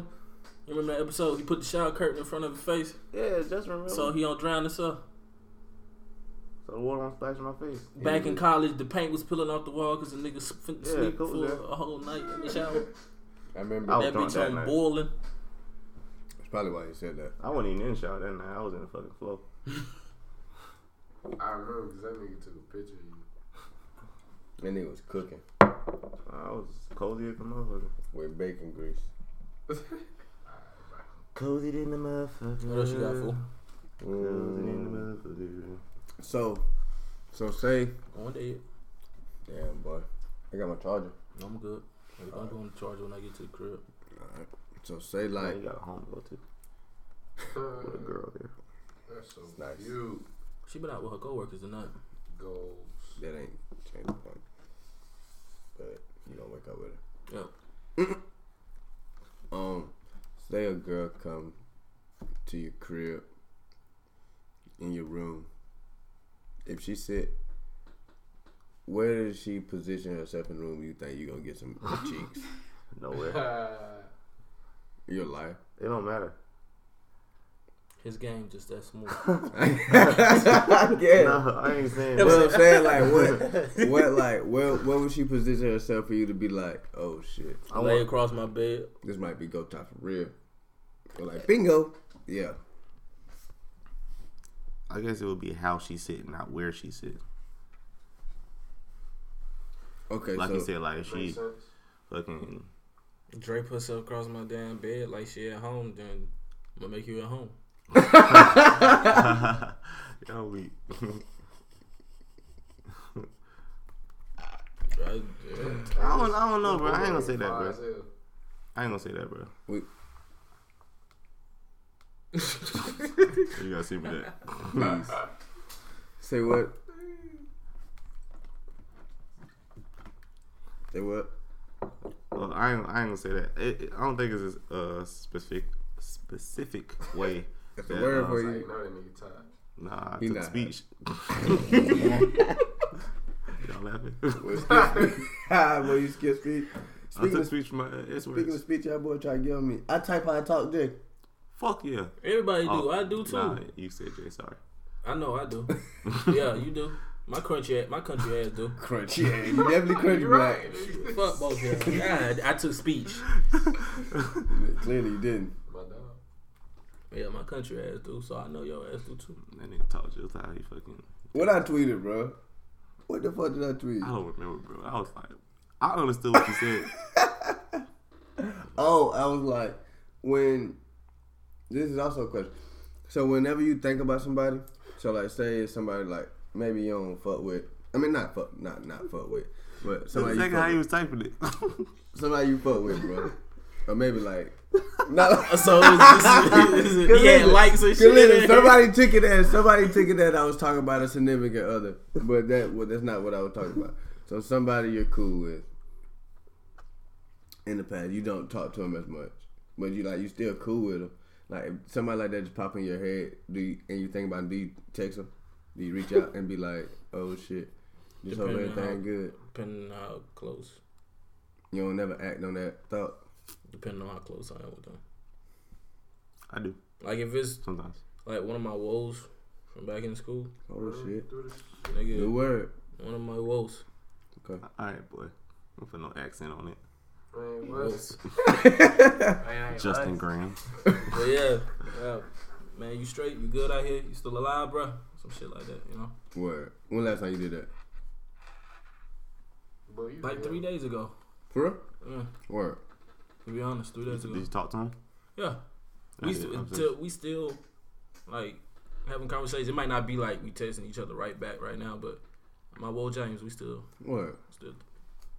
You remember that episode? He put the shower curtain in front of his face
Yeah, just remember.
so he don't drown himself.
So the water won't splash in my face.
Back in college, the paint was peeling off the wall because the nigga s- fin-
Yeah,
sleep
cool,
for
yeah.
a whole night in the shower.
I remember
I was
that
drunk
bitch
that
on
night.
boiling.
that's probably why you said that.
I wasn't even in the shower that night. I was in the fucking flow.
I remember because that nigga took a picture of you.
That nigga was cooking
I was cozy as a motherfucker.
with bacon grease.
Cozy in the motherfucker.
What else you got for?
Cozy in the motherfucker.
So, so say,
Going dead.
damn boy, I got my charger.
I'm good. I'm going to charge when I get to the crib.
So say
Man,
like,
you got a home to go to. With a girl there.
That's so
Nice.
cute.
She been out with her coworkers tonight.
Goals.
that ain't change the point. But you don't wake up with it.
Yep.
Um, say a girl come to your crib in your room. If she sit, where does she position herself in the room? You think you gonna get some cheeks?
Nowhere.
That's
You're a liar.
it don't matter.
His game just that smooth.
yeah.
No, I ain't saying
You
that.
know what I'm saying? Like what? What like where? Where would she position herself for you to be like? Oh shit,
I lay across my bed.
this might be go time for real. Or like bingo, yeah.
I guess it would be how she sit, not where she sit.
Okay,
Like
so
you said, like if
Makes
she
sense.
fucking
Drape herself across my damn bed like she at home, then I'm gonna make you at home.
Y'all weak.
I, yeah.
I don't I don't know, bro. I ain't gonna say that,
Fine
bro.
as hell.
I ain't gonna say that, bro.
we
You gotta see me that.
Please. Say what? Say what?
Well, I ain't, I ain't gonna say that. It, it- I don't think it's a specific specific way.
That's a
that,
word
uh,
for
Like,
you.
now
Nah,
that nigga tired.
He
to the
not.
speech. Y'all laughing?
What's this? Ah, boy, you skip speech.
I
Speaking
took
of,
speech from my uh, S
speaking of
words.
speech, y'all boy try to get on me. I type how I talk, dick.
Fuck yeah.
Everybody do.
Oh,
I do too.
Nah, you said Jay. Sorry.
I know I do. yeah, you do. My country, my country ass do.
Crunchy. Yeah, you definitely crunchy black.
Fuck both of you. God, I took speech.
Clearly you didn't.
My dog.
Yeah, my country ass do. So I know your ass do too.
That nigga talked just how he fucking.
What I tweeted, bro? What the fuck did I tweet?
I don't remember, bro. I was like, I understood what you said.
Oh, I was like, when this is also a question. So whenever you think about somebody, so like say it's somebody like maybe you don't fuck with. I mean, not fuck, not not fuck with, but somebody
That's exactly
you
how
fuck
he
with,
was typing it.
somebody you fuck with, bro. or maybe like not.
So it's, it's, he had likes and
Cause listen,
shit.
somebody took it as somebody took it that I was talking about a significant other, but that well, that's not what I was talking about. So somebody you're cool with in the past, you don't talk to them as much, but you like you still cool with them. Like if somebody like that just pop in your head, do you, and you think about 'em, do you text them? Do you reach out and be like, oh shit, just hope
Depending on
everything
how-
good?
Depending on how close,
You don't never act on that thought.
depending on how close I am with them.
I do
Like if it's
sometimes.
like one of my woes from back in school,
Oh shit,
nigga,
new word.
one of my woes.
All right, boy. Don't put no accent on it.
Man,
woes.
what?
Justin Graham.
But yeah, yeah, man, you straight, you good out here, you still alive, bruh. Some shit like that, you know.
Word. When last time you did that?
Bro, you
Like
real.
three days ago,
For real?
Yeah.
Word.
to be honest, three days
Did you
ago.
talk to him?
Yeah, we
Yeah,
st-
I'm
till- we still like having conversations. It might not be like we texting each other right back right now, but my woe James, we still
Word.
still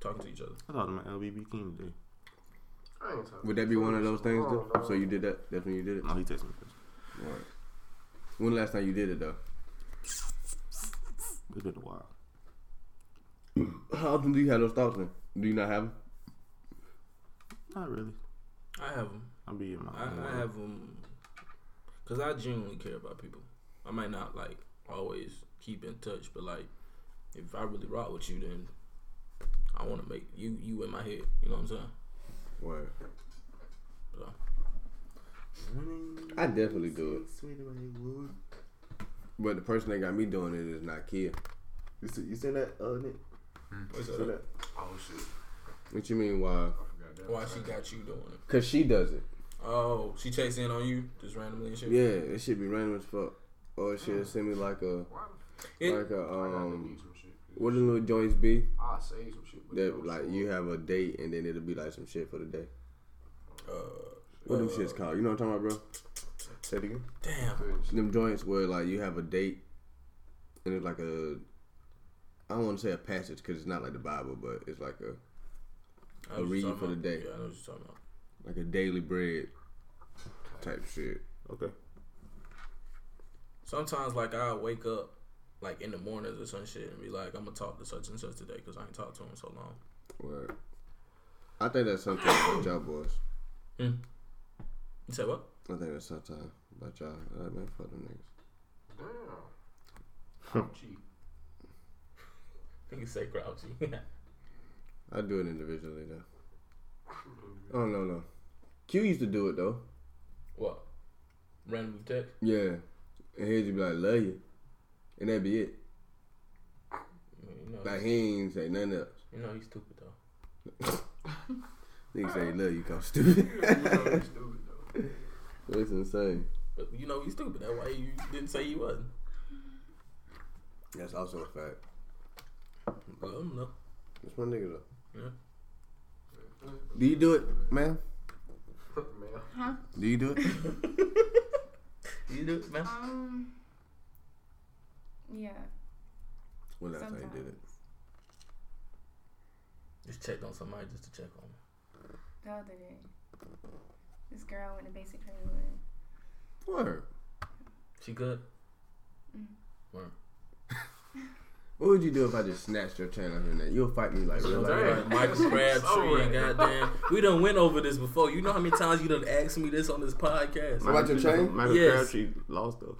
talking to each other.
I talked to my LBB King today.
I ain't talking
Would that be one of those things
Oh,
though?
no.
So you did that? That's when you did it?
No, he texted me first.
Right. When the last time you did it though?
It's been a while.
How often do you have those thoughts then? Do you not have them?
Not really.
I have them.
I'll be in my.
I, I have them because I genuinely care about people. I might not like always keep in touch, but like if I really rock with you, then I want to make you you in my head. You know what I'm saying?
Word.
So,
I definitely do it. But the person that got me doing it is not Kia.
You see, you seen that, uh, Nick? You seen that?
Oh shit.
What you mean why?
I forgot that.
why she got you doing it?
Cause she does it.
Oh, she checks in on you just randomly and shit.
Yeah, it should be random as fuck. Or she'll send me like a
Why the
It-
like a
I gotta
um
delete some shit.
what the little joints be
I'll say some shit. but it
that
don't
like
show
you
up.
have a date and then it'll be like some shit for the day.
Uh,
What them shits called? You know what I'm talking about, bro? Say it again.
damn.
them joints where like you have a date and it's like a I don't want to say a passage because it's not like the Bible, but it's like a
I know what
read
you're talking
for the
about.
day.
Yeah, I know what you're talking about.
like a daily bread type shit.
Okay.
Sometimes like I wake up like in the mornings or some shit and be like, I'm gonna talk to such and such today because I ain't talked to him in so long.
Where I think that's something about y'all boys. Hmm.
You say what?
I think that's something about y'all. Like, man, fuck them niggas.
Damn. Ouchie.
You can say grouchy.
I do it individually though. Oh no no. Q used to do it though.
What? Randomly text?
Yeah, and he'd just be like, "Love you," and that'd be it.
You know,
Like he ain't say nothing else.
you know he's stupid though.
Nigga say, "Love you," come stupid.
That's stupid though.
that's insane.
But you know he's stupid. That's why you didn't say he wasn't.
That's also a fact.
Well, I don't know.
That's one nigga though.
Yeah.
Do you do it, man?
Man.
Do you do it?
You do, man.
Um. Yeah.
when last time
Sometimes.
you did it?
Just checked on somebody just to check on me.
The other day, this girl I went to basic training with,
Word.
She good?
What would you do if I just snatched your chain off your neck? You'll fight me like real life.
Damn, Michael Crabtree and goddamn. We done went over this before. You know how many times you done asked me this on this podcast?
About your chain?
Michael
Yes.
Crabtree lost though.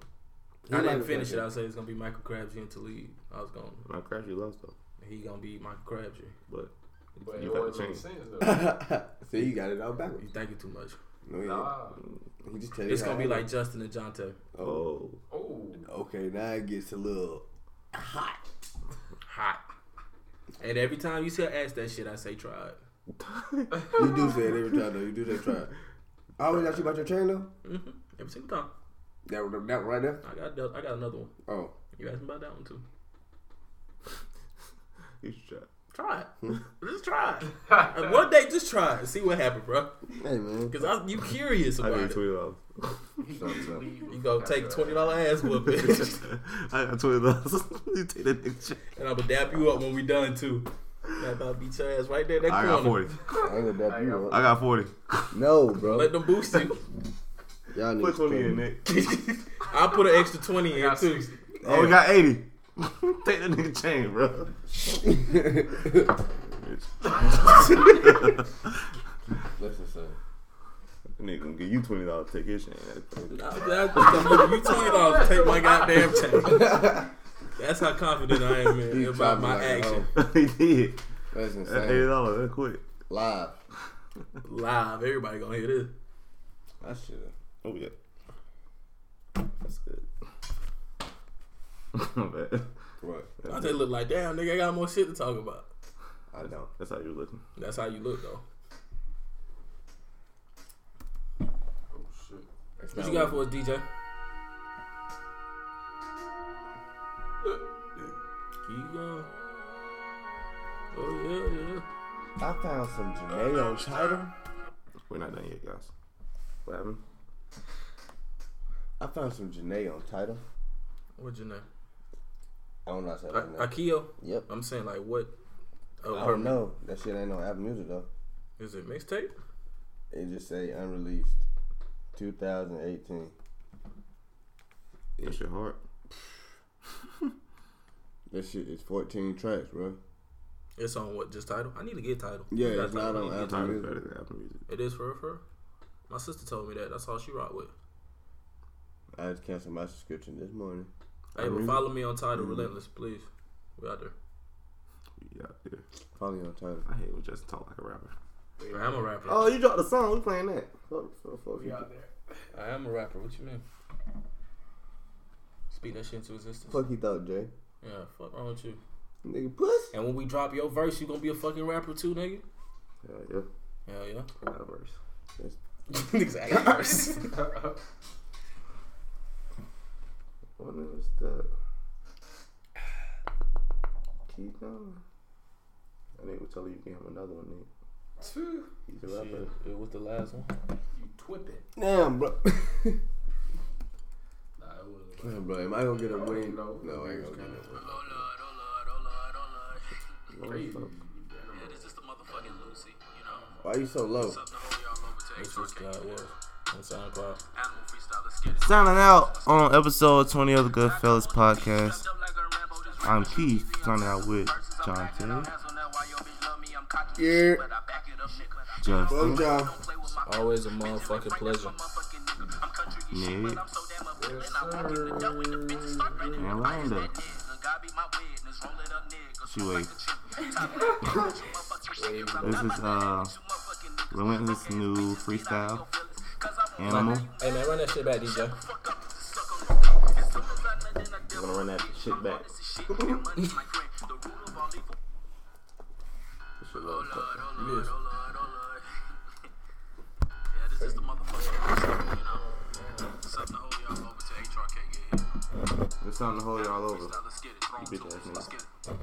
I
Michael
didn't finish it.
Crabtree.
I said it's gonna be Michael Crabtree and Talib. I was gonna
Michael Crabtree lost though.
he gonna be Michael Crabtree.
But
But
You got
it
the
wasn't making
chain.
sense though.
See, you got it all
You
backwards.
thinking too much.
No, you didn't.
nah.
He just tell you
It's
how
gonna be
it
like
is.
Justin and Jonte.
Oh,
oh,
Oh.
okay. Now it gets a little.
Hot. And every time you see her ask that shit, I say try it.
You do say it every time though. You do say try. it. I always ask you about your chain though.
hmm Every single time.
That that right there.
I got the- I got another one.
Oh,
You asked me about that one too.
you should try.
Try it. just try it. And one day, just try it and see what happened, bro.
hey man.
Because you curious
I
about
need
it.
twenty dollars.
Something's up.
You go take twenty dollar ass whooping, and
I got twenty dollars. you take that nigga chain.
I'ma dap you up when we done too. Dap I'll beat your ass right there. in That
I
corner.
got forty.
I ain't gonna dap you
I
up.
got forty.
No, bro.
Let them boost you.
Y'all need
Put twenty
to-
in Nick.
I'll put an extra twenty in
got
too.
60.
Oh, we got eighty. take that nigga chain, bro.
Listen, son.
Nigga gonna give you twenty dollars. Take his chain. That's crazy.
Nah, that's just a- You twenty dollars, take my goddamn check. That's how confident I am in,
You
about my
dropping like a
action.
hoe.
he did.
That's
That's eighty
insane.
dollars. That's quick.
Live.
Live, everybody gonna hear this.
That shit.
Oh yeah. That's good. My bad.
What?
I just look like damn nigga. I got more shit to talk about.
I don't.
That's how you looking.
That's how you look though.
Oh shit.
What you got for us, DJ? Keep going. Oh yeah, yeah.
I found some Janae on title.
We're not done yet, guys. What happened?
I found some Janae on title.
What's your name?
I don't know how to say
A-
her name.
Akio.
Yep.
I'm saying like what? Oh,
I
her,
don't know. That shit ain't on Apple Music though.
Is it mixtape?
It just say unreleased, 2018.
That's your heart.
That shit is 14 tracks, bro.
It's on what? Just title? I need to get title.
Yeah,
That's
it's not
I
on
need to get
Apple
Time is
Music.
better than Apple Music.
It is for her, for her. My sister told me that. That's all she rock with.
I just canceled my subscription this morning.
Hey, but follow me on
mm-hmm.
title relentless, please. We out there.
Yeah, yeah.
Probably on title.
I hate when Justin talk like a rapper.
I am a rapper.
Oh, you dropped a song. We playing that. Fuck, fuck, fuck you.
I am a rapper. What you mean? Speak that shit into existence.
Fuck you thought, Jay.
Yeah, fuck wrong with you.
Nigga, pussy.
And when we drop your verse, you gonna be a fucking rapper too, nigga.
Yeah, yeah.
Hell yeah.
Rappers.
exactly. verse.
What is that? Keep going. I think we tell you you can have another one, Nick. He's a rapper.
It was the last one.
You twip it.
Damn, bro.
Nah, it wasn't.
Damn, bro. Am I gonna get a
I
win?
didn't know.
No, I ain't
It
gonna
was
get a win.
Oh
kinda
Lord, oh Lord, oh Lord, oh Lord.
Crazy.
Yeah, this is the motherfucking Lucy, you know.
Why you so low?
Something to hold y'all over to
That's what God was. On SoundCloud.
Animal freestyle, let's get it.
Signing out on episode 20 of the Goodfellas podcast. I'm Keith, signing out with John Terry.
Yeah. Fuck
Justin,
y'all.
Always a motherfucking pleasure.
Nick, and Linda. She waits. this is uh, Relentless New Freestyle Animal.
Hey man, run that shit back, DJ.
I'm gonna run that shit back.
Yes.
There's something to hold y'all over.
Let's get it. Throne
Bitch
to
ass
us.
nigga.
Let's get it.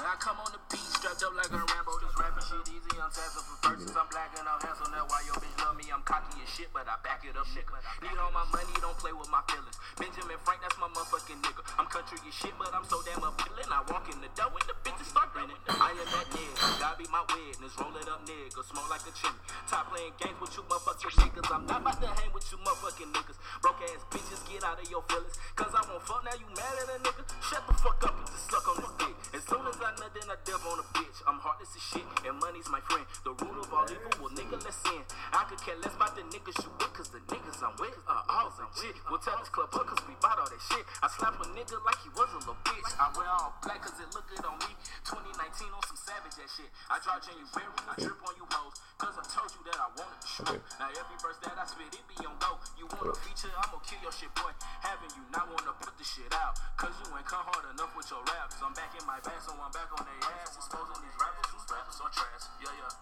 And I come on the beat, strapped up like a Rambo. This rapping shit easy, I'm tapping for verses. I'm black and I'm handsome. That's why your bitch love me. I'm cocky as shit, but I back it up, nigga. Need all my money, don't play with my feelings. Benjamin Frank, that's my motherfucking nigga. I'm country as shit, but I'm so damn appealing. I walk in the door and the bitches start grinning. I am that nigga. God be my witness. Roll it up, nigga. Smoke like a chimney. Top playing games with you motherfucking niggas. I'm not about to hang with you motherfucking niggas. Broke ass bitches, get out of your feelings. Cause I won't fuck now, you mad at a nigga? Shut the fuck up and just suck on this dick. As soon as I nut, then I dub on a bitch. I'm heartless as shit, and money's my friend. The root of all evil, well, nigga, let's sin. I could care less about the niggas you with, cause the niggas I'm with are all legit. We'll tell this club up, cause we bought all that shit. I slap a nigga like he was a little bitch. I wear all black, cause it look good on me. 2019 on some savage ass shit. I draw January, I drip on you hoes, cause I told you that I wanted to show. Now, every verse that I spit, it be on go. You want a feature, I'ma kill your shit, boy. Having you not wanna put the shit out, cause you ain't come hard enough with your raps. I'm back in my bag, so I'm back on their ass. Exposing these rappers, whose rappers are trash. Yeah, yeah.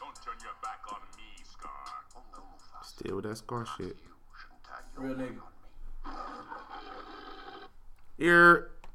Don't turn your back on me, Scar.
Still with that scar shit.
Real nigga.
Ear.